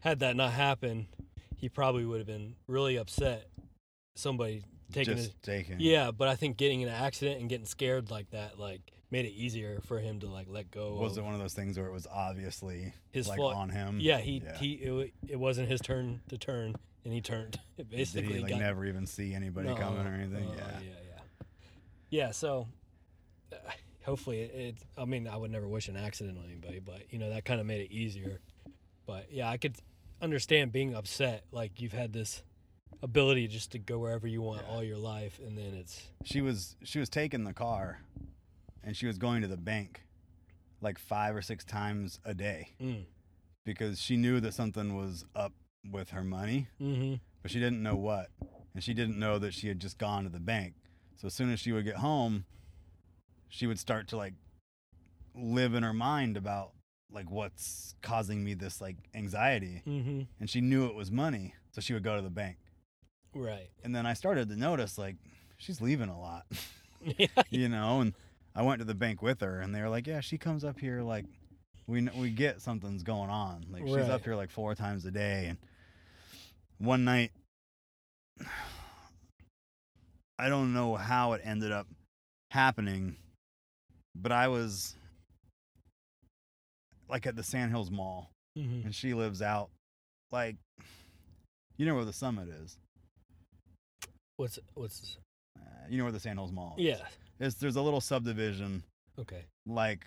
had that not happened, he probably would have been really upset. Somebody taking
just
his
taking,
yeah, but I think getting in an accident and getting scared like that like made it easier for him to like let go.
Was
of
it one of those things where it was obviously
his
like
fault?
on him?
Yeah, he
Yeah.
he it, wa- it wasn't his turn to turn, and he turned. It
Did
basically
he like
got
never even see anybody
No,
coming or anything?
uh,
yeah.
yeah, yeah, yeah. So, uh, hopefully, it, it. I mean, I would never wish an accident on anybody, but you know that kind of made it easier. But yeah, I could understand being upset. Like you've had this ability just to go wherever you want
Yeah.
all your life, and then it's
she was she was taking the car and she was going to the bank like five or six times a day
mm,
because she knew that something was up with her money
mm-hmm.
but she didn't know what and she didn't know that she had just gone to the bank so as soon as she would get home she would start to like live in her mind about like what's causing me this like anxiety
Mm-hmm.
and she knew it was money so she would go to the bank
Right.
and then i started to notice like she's leaving a lot
yeah.
you know and i went to the bank with her and they were like yeah she comes up here like we kn- we get something's going on like she's
Right.
up here like four times a day and one night i don't know how it ended up happening but i was like at the sand hills mall
Mm-hmm.
and she lives out like you know where the summit is
What's what's?
uh, you know where the sand hills mall is.
Yeah.
it's, there's a little subdivision
Okay.
like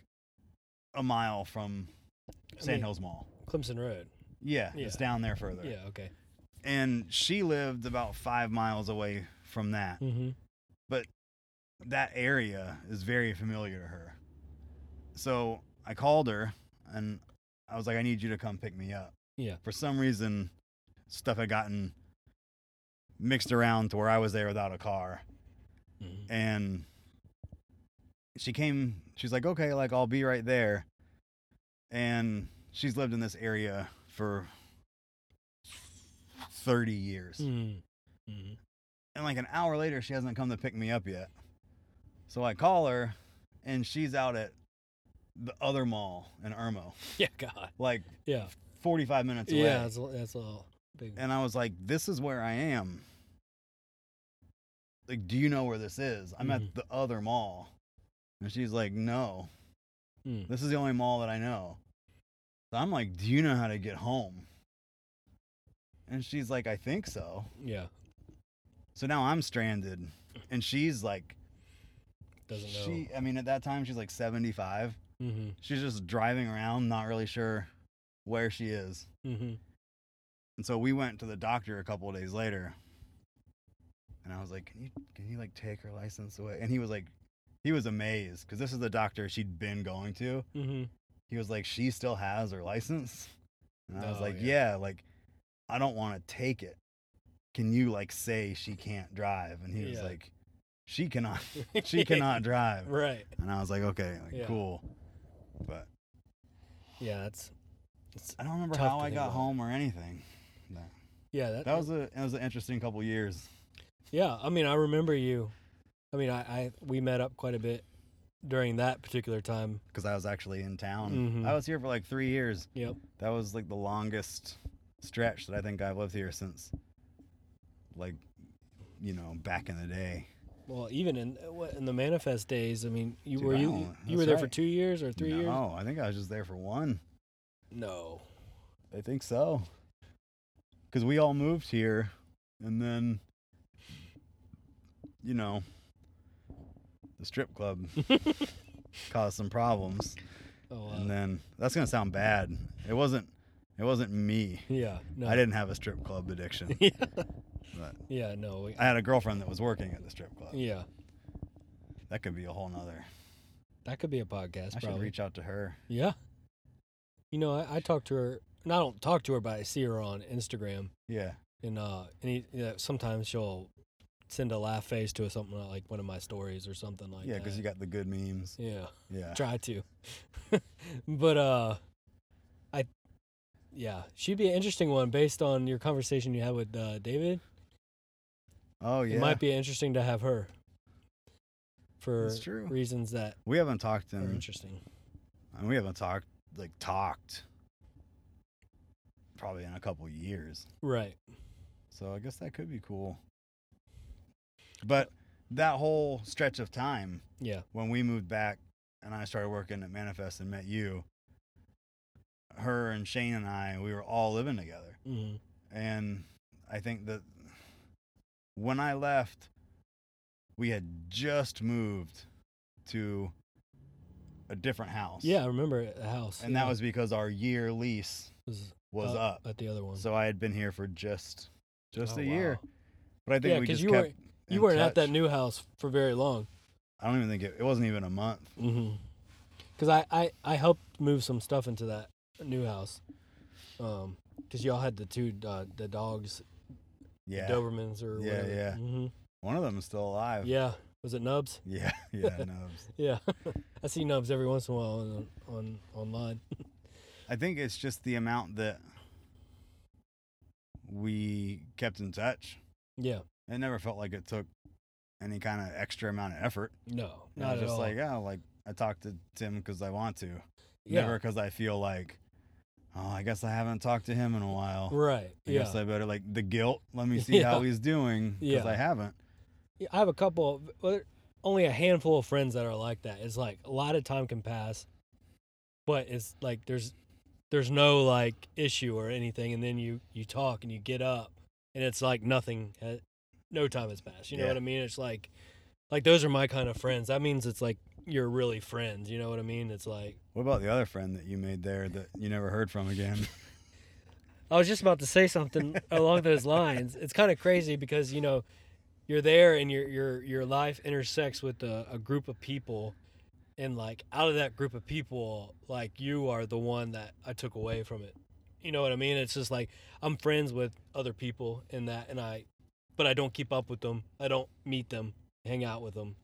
a mile from
I
Sand
mean,
Hills Mall.
Clemson Road.
Yeah,
yeah.
it's down there further.
Yeah. Okay.
And she lived about five miles away from that.
Mm-hmm.
That area is very familiar to her. So I called her and I was like, I need you to come pick me up.
Yeah.
For some reason, stuff had gotten mixed around to where I was there without a car.
Mm-hmm.
and she came she's like okay like i'll be right there and she's lived in this area for 30 years
Hmm. Mm-hmm.
and like an hour later she hasn't come to pick me up yet so i call her and she's out at the other mall in irmo
Yeah. God.
like
Yeah.
45 minutes away
yeah. That's all. That's all. Big.
and i was like this is where i am like do you know where this is i'm at
Mhm.
the other mall and she's like no
Mm.
This is the only mall that I know. So I'm like, Do you know how to get home? And she's like, I think so.
Yeah.
So now I'm stranded. And she's like,
Doesn't know.
she, I mean, at that time, she's like 75.
Mm-hmm.
She's just driving around, not really sure where she is.
Mm-hmm.
And so we went to the doctor a couple of days later. And I was like, can you, can you like take her license away? And he was like, he was amazed because this is the doctor she'd been going to.
Mm-hmm.
he was like, she still has her license. And I was
Oh,
like,
yeah.
yeah, like, I don't want to take it. Can you like say she can't drive? And he was
Yeah.
like, she cannot, she cannot drive.
Right.
And I was like, okay, like,
Yeah.
cool. But
Yeah, that's. It's,
I don't remember
Tough
how
to
I
think
got
about.
home or anything.
yeah, that,
That was a that was an interesting couple years.
Yeah, I mean, I remember you. I mean, I, I we met up quite a bit during that particular time.
because I was actually in town.
Mhm.
I was here for like three years.
Yep.
That was like the longest stretch that I think I've lived here since, like, you know, back in the day.
Well, even in what- in the manifest days, I mean, you
Dude,
were
I
you,
don't-
you were
that's
there for
right.
two years or three
no,
years?
I think I was just there for one.
No.
I think so. Because we all moved here, and then, you know, the strip club caused some problems,
Oh, wow.
and then that's gonna sound bad. It wasn't. It wasn't me.
yeah. No.
I didn't have a strip club addiction.
yeah.
but
Yeah. No. we-
I had a girlfriend that was working at the strip club.
Yeah.
That could be a whole nother.
That could be a podcast.
I should
probably.
reach out to her.
Yeah. You know, I, I talk to her. And I don't talk to her, but I see her on Instagram,
Yeah.
and uh, and he, yeah, sometimes she'll send a laugh face to something uh, like one of my stories or something like
yeah,
that.
because you got the good memes.
yeah.
Yeah.
try to but uh i yeah she'd be an interesting one based on your conversation you had with uh, david
Oh yeah.
it might be interesting to have her for
That's true.
reasons that
We haven't talked
are
in
interesting
And we haven't talked like talked probably in a couple years.
right
So I guess that could be cool. But that whole stretch of time
yeah
when we moved back and I started working at Manifest and met you, her and Shane and I, we were all living together.
hmm
And I think that when I left, we had just moved to a different house.
yeah i remember the house
And
yeah, Oh.
that was because our year lease
was,
was up.
at the other one
So I had been here for just just
Oh,
a year.
wow.
But I think
Yeah,
we
'cause
just
you
kept
were- you
in
weren't at that
touch.
new house for very long
I don't even think it, it wasn't even a month.
Mm-hmm. Cause I, I I helped move some stuff into that new house. Um, cause y'all had the two uh, the dogs, the
Yeah.
Dobermans or
Yeah,
whatever.
yeah.
hmm
One of them is still alive.
Yeah. Was it Nubs?
Yeah. Yeah. Nubs.
Yeah. I see Nubs every once in a while on on online.
I think it's just the amount that we kept in touch.
yeah.
It never felt like it took any kind of extra amount of effort.
No.
It
Not
was
at
just
all.
like, yeah, like I talked to Tim because I want to.
yeah.
Never because I feel like, oh, I guess I haven't talked to him in a while.
Right.
I
yeah.
guess I better like the guilt. Let me see how
Yeah.
he's doing because
Yeah.
I haven't.
Yeah, I have a couple, of, well, there- only a handful of friends that are like that. It's like a lot of time can pass, but it's like there's there's no like issue or anything, and then you you talk and you get up, and it's like nothing, ha- no time has passed. You know
Yeah.
what I mean? It's like like those are my kind of friends. That means it's like you're really friends. You know what I mean? It's like
What about the other friend that you made there that you never heard from again?
I was just about to say something along those lines. It's kind of crazy because you know you're there and your your your life intersects with a, a group of people, and like out of that group of people, like you are the one that I took away from it. You know what I mean? It's just like I'm friends with other people in that, and I, but I don't keep up with them. I don't meet them, hang out with them.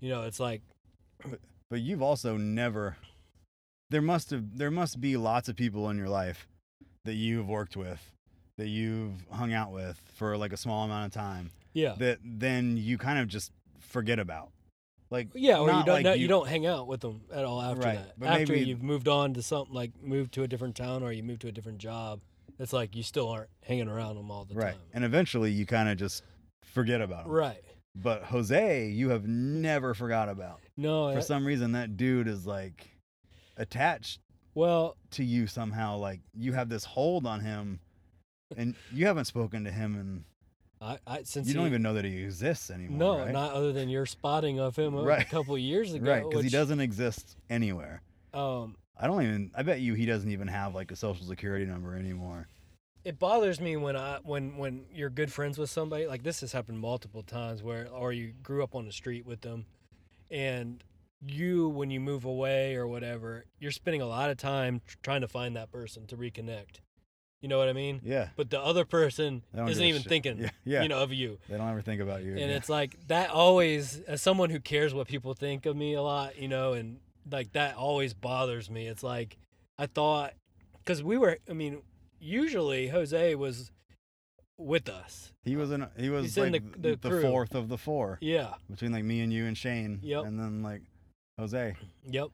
You know, it's like
but you've also never. There must have there must be lots of people in your life that you've worked with, that you've hung out with for like a small amount of time
yeah,
that then you kind of just forget about. Like
Yeah, or you
not
don't
like
no, you, don't hang out with them at all after
Right,
that.
but
after
maybe-
you've moved on to something like moved to a different town or you moved to a different job, it's like you still aren't hanging around them all the
right,
time.
and eventually you kind of just forget about him.
Right.
But Jose, you have never forgot about.
No.
for
that-
some reason that dude is like attached
well,
to you somehow like you have this hold on him and you haven't spoken to him and
I, I since
you don't
he-
even know that he exists anymore
no,
right
not other than your spotting of him a
Right.
couple years ago.
right because he
which,
doesn't exist anywhere
Um,
i don't even i bet you he doesn't even have like a social security number anymore
it bothers me when I when when you're good friends with somebody like this has happened multiple times where or you grew up on the street with them and you when you move away or whatever you're spending a lot of time tr- trying to find that person to reconnect you know what i mean
yeah
but the other person
They don't give
isn't
a
even
shit.
thinking
Yeah, yeah.
you know of you
they don't ever think about you
and
yeah.
it's like that always as someone who cares what people think of me a lot you know and like that always bothers me it's like i thought because we were i mean usually jose was with us
he was in he was
he's in
like
the-
the,
the crew.
fourth of the four
yeah
between like me and you and shane
Yep.
and then like jose
yep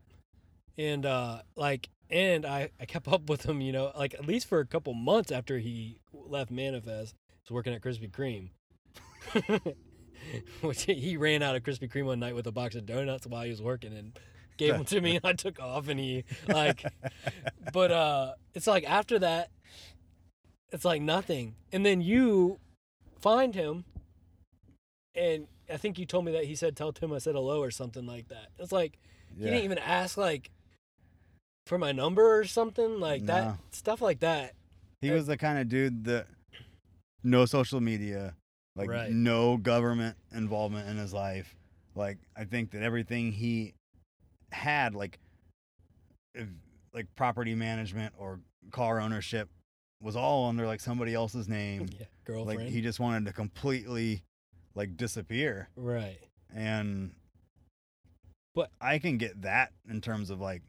and uh like and I, I kept up with him, you know, like at least for a couple months after he left Manifest, he was working at Krispy Kreme. Which he ran out of Krispy Kreme one night with a box of donuts while he was working and gave them to me and I took off and he like but uh it's like after that it's like nothing. And then you find him and I think you told me that he said tell Tim I said hello or something like that. It's like you
Yeah.
didn't even ask like for my number or something like
No.
that. Stuff like that.
He was the kind of dude that no social media, like
Right.
no government involvement in his life. Like I think that everything he had, like if, like property management or car ownership, was all under like somebody else's name.
Yeah, girlfriend.
like he just wanted to completely like disappear.
right.
and
But-
I can get that in terms of like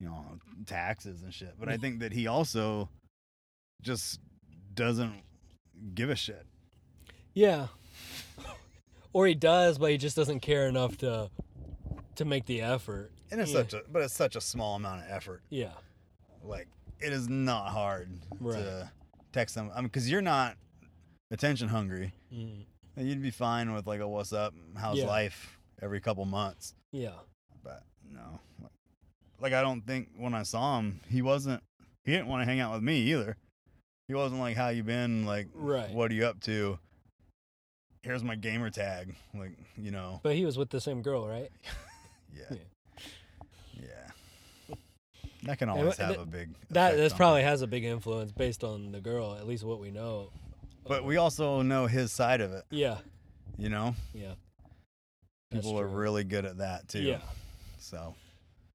you know taxes and shit.
Mm.
But I think that he also just doesn't give a shit.
Yeah. or he does, but he just doesn't care enough to to make the effort.
And it's
Yeah.
such a but it's such a small amount of effort.
Yeah.
Like it is not hard
Right.
to text them. I mean, because you're not attention hungry.
Mm.
And You'd be fine with like a what's up, how's
Yeah.
life every couple months.
Yeah.
But no, like I don't think when I saw him, he wasn't. He didn't want to hang out with me either. He wasn't like, "How you been? Like,
Right.
what are you up to? Here's my gamer tag." Like, you know,
But he was with the same girl, right?
yeah, yeah. That can
And
always
wha-
have
that-
a big.
That
effect
that's
on
probably has a big influence based on the girl, at least what we know.
people. But we also know his side of it.
Yeah.
You know,
Yeah. That's
people are
true.
really good at that too.
Yeah.
So,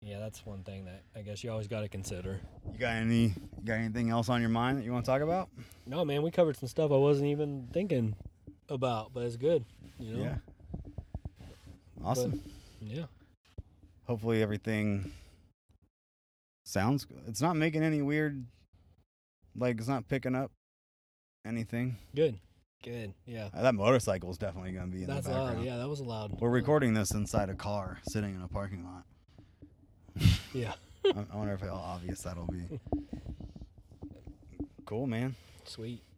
Yeah, that's one thing that I guess you always got to consider.
you got any? You got anything else on your mind that you want to talk about?
No, man, we covered some stuff I wasn't even thinking about, but it's good. You know?
Yeah. Awesome.
Yeah.
hopefully everything sounds good. It's not making any weird like it's not picking up anything.
Good. Good. Yeah.
Uh, That motorcycle's definitely going to be in
That's
the background.
loud. Yeah, that was loud.
We're recording this inside a car sitting in a parking lot.
Yeah.
I I wonder if how obvious that'll be. Cool, man.
Sweet.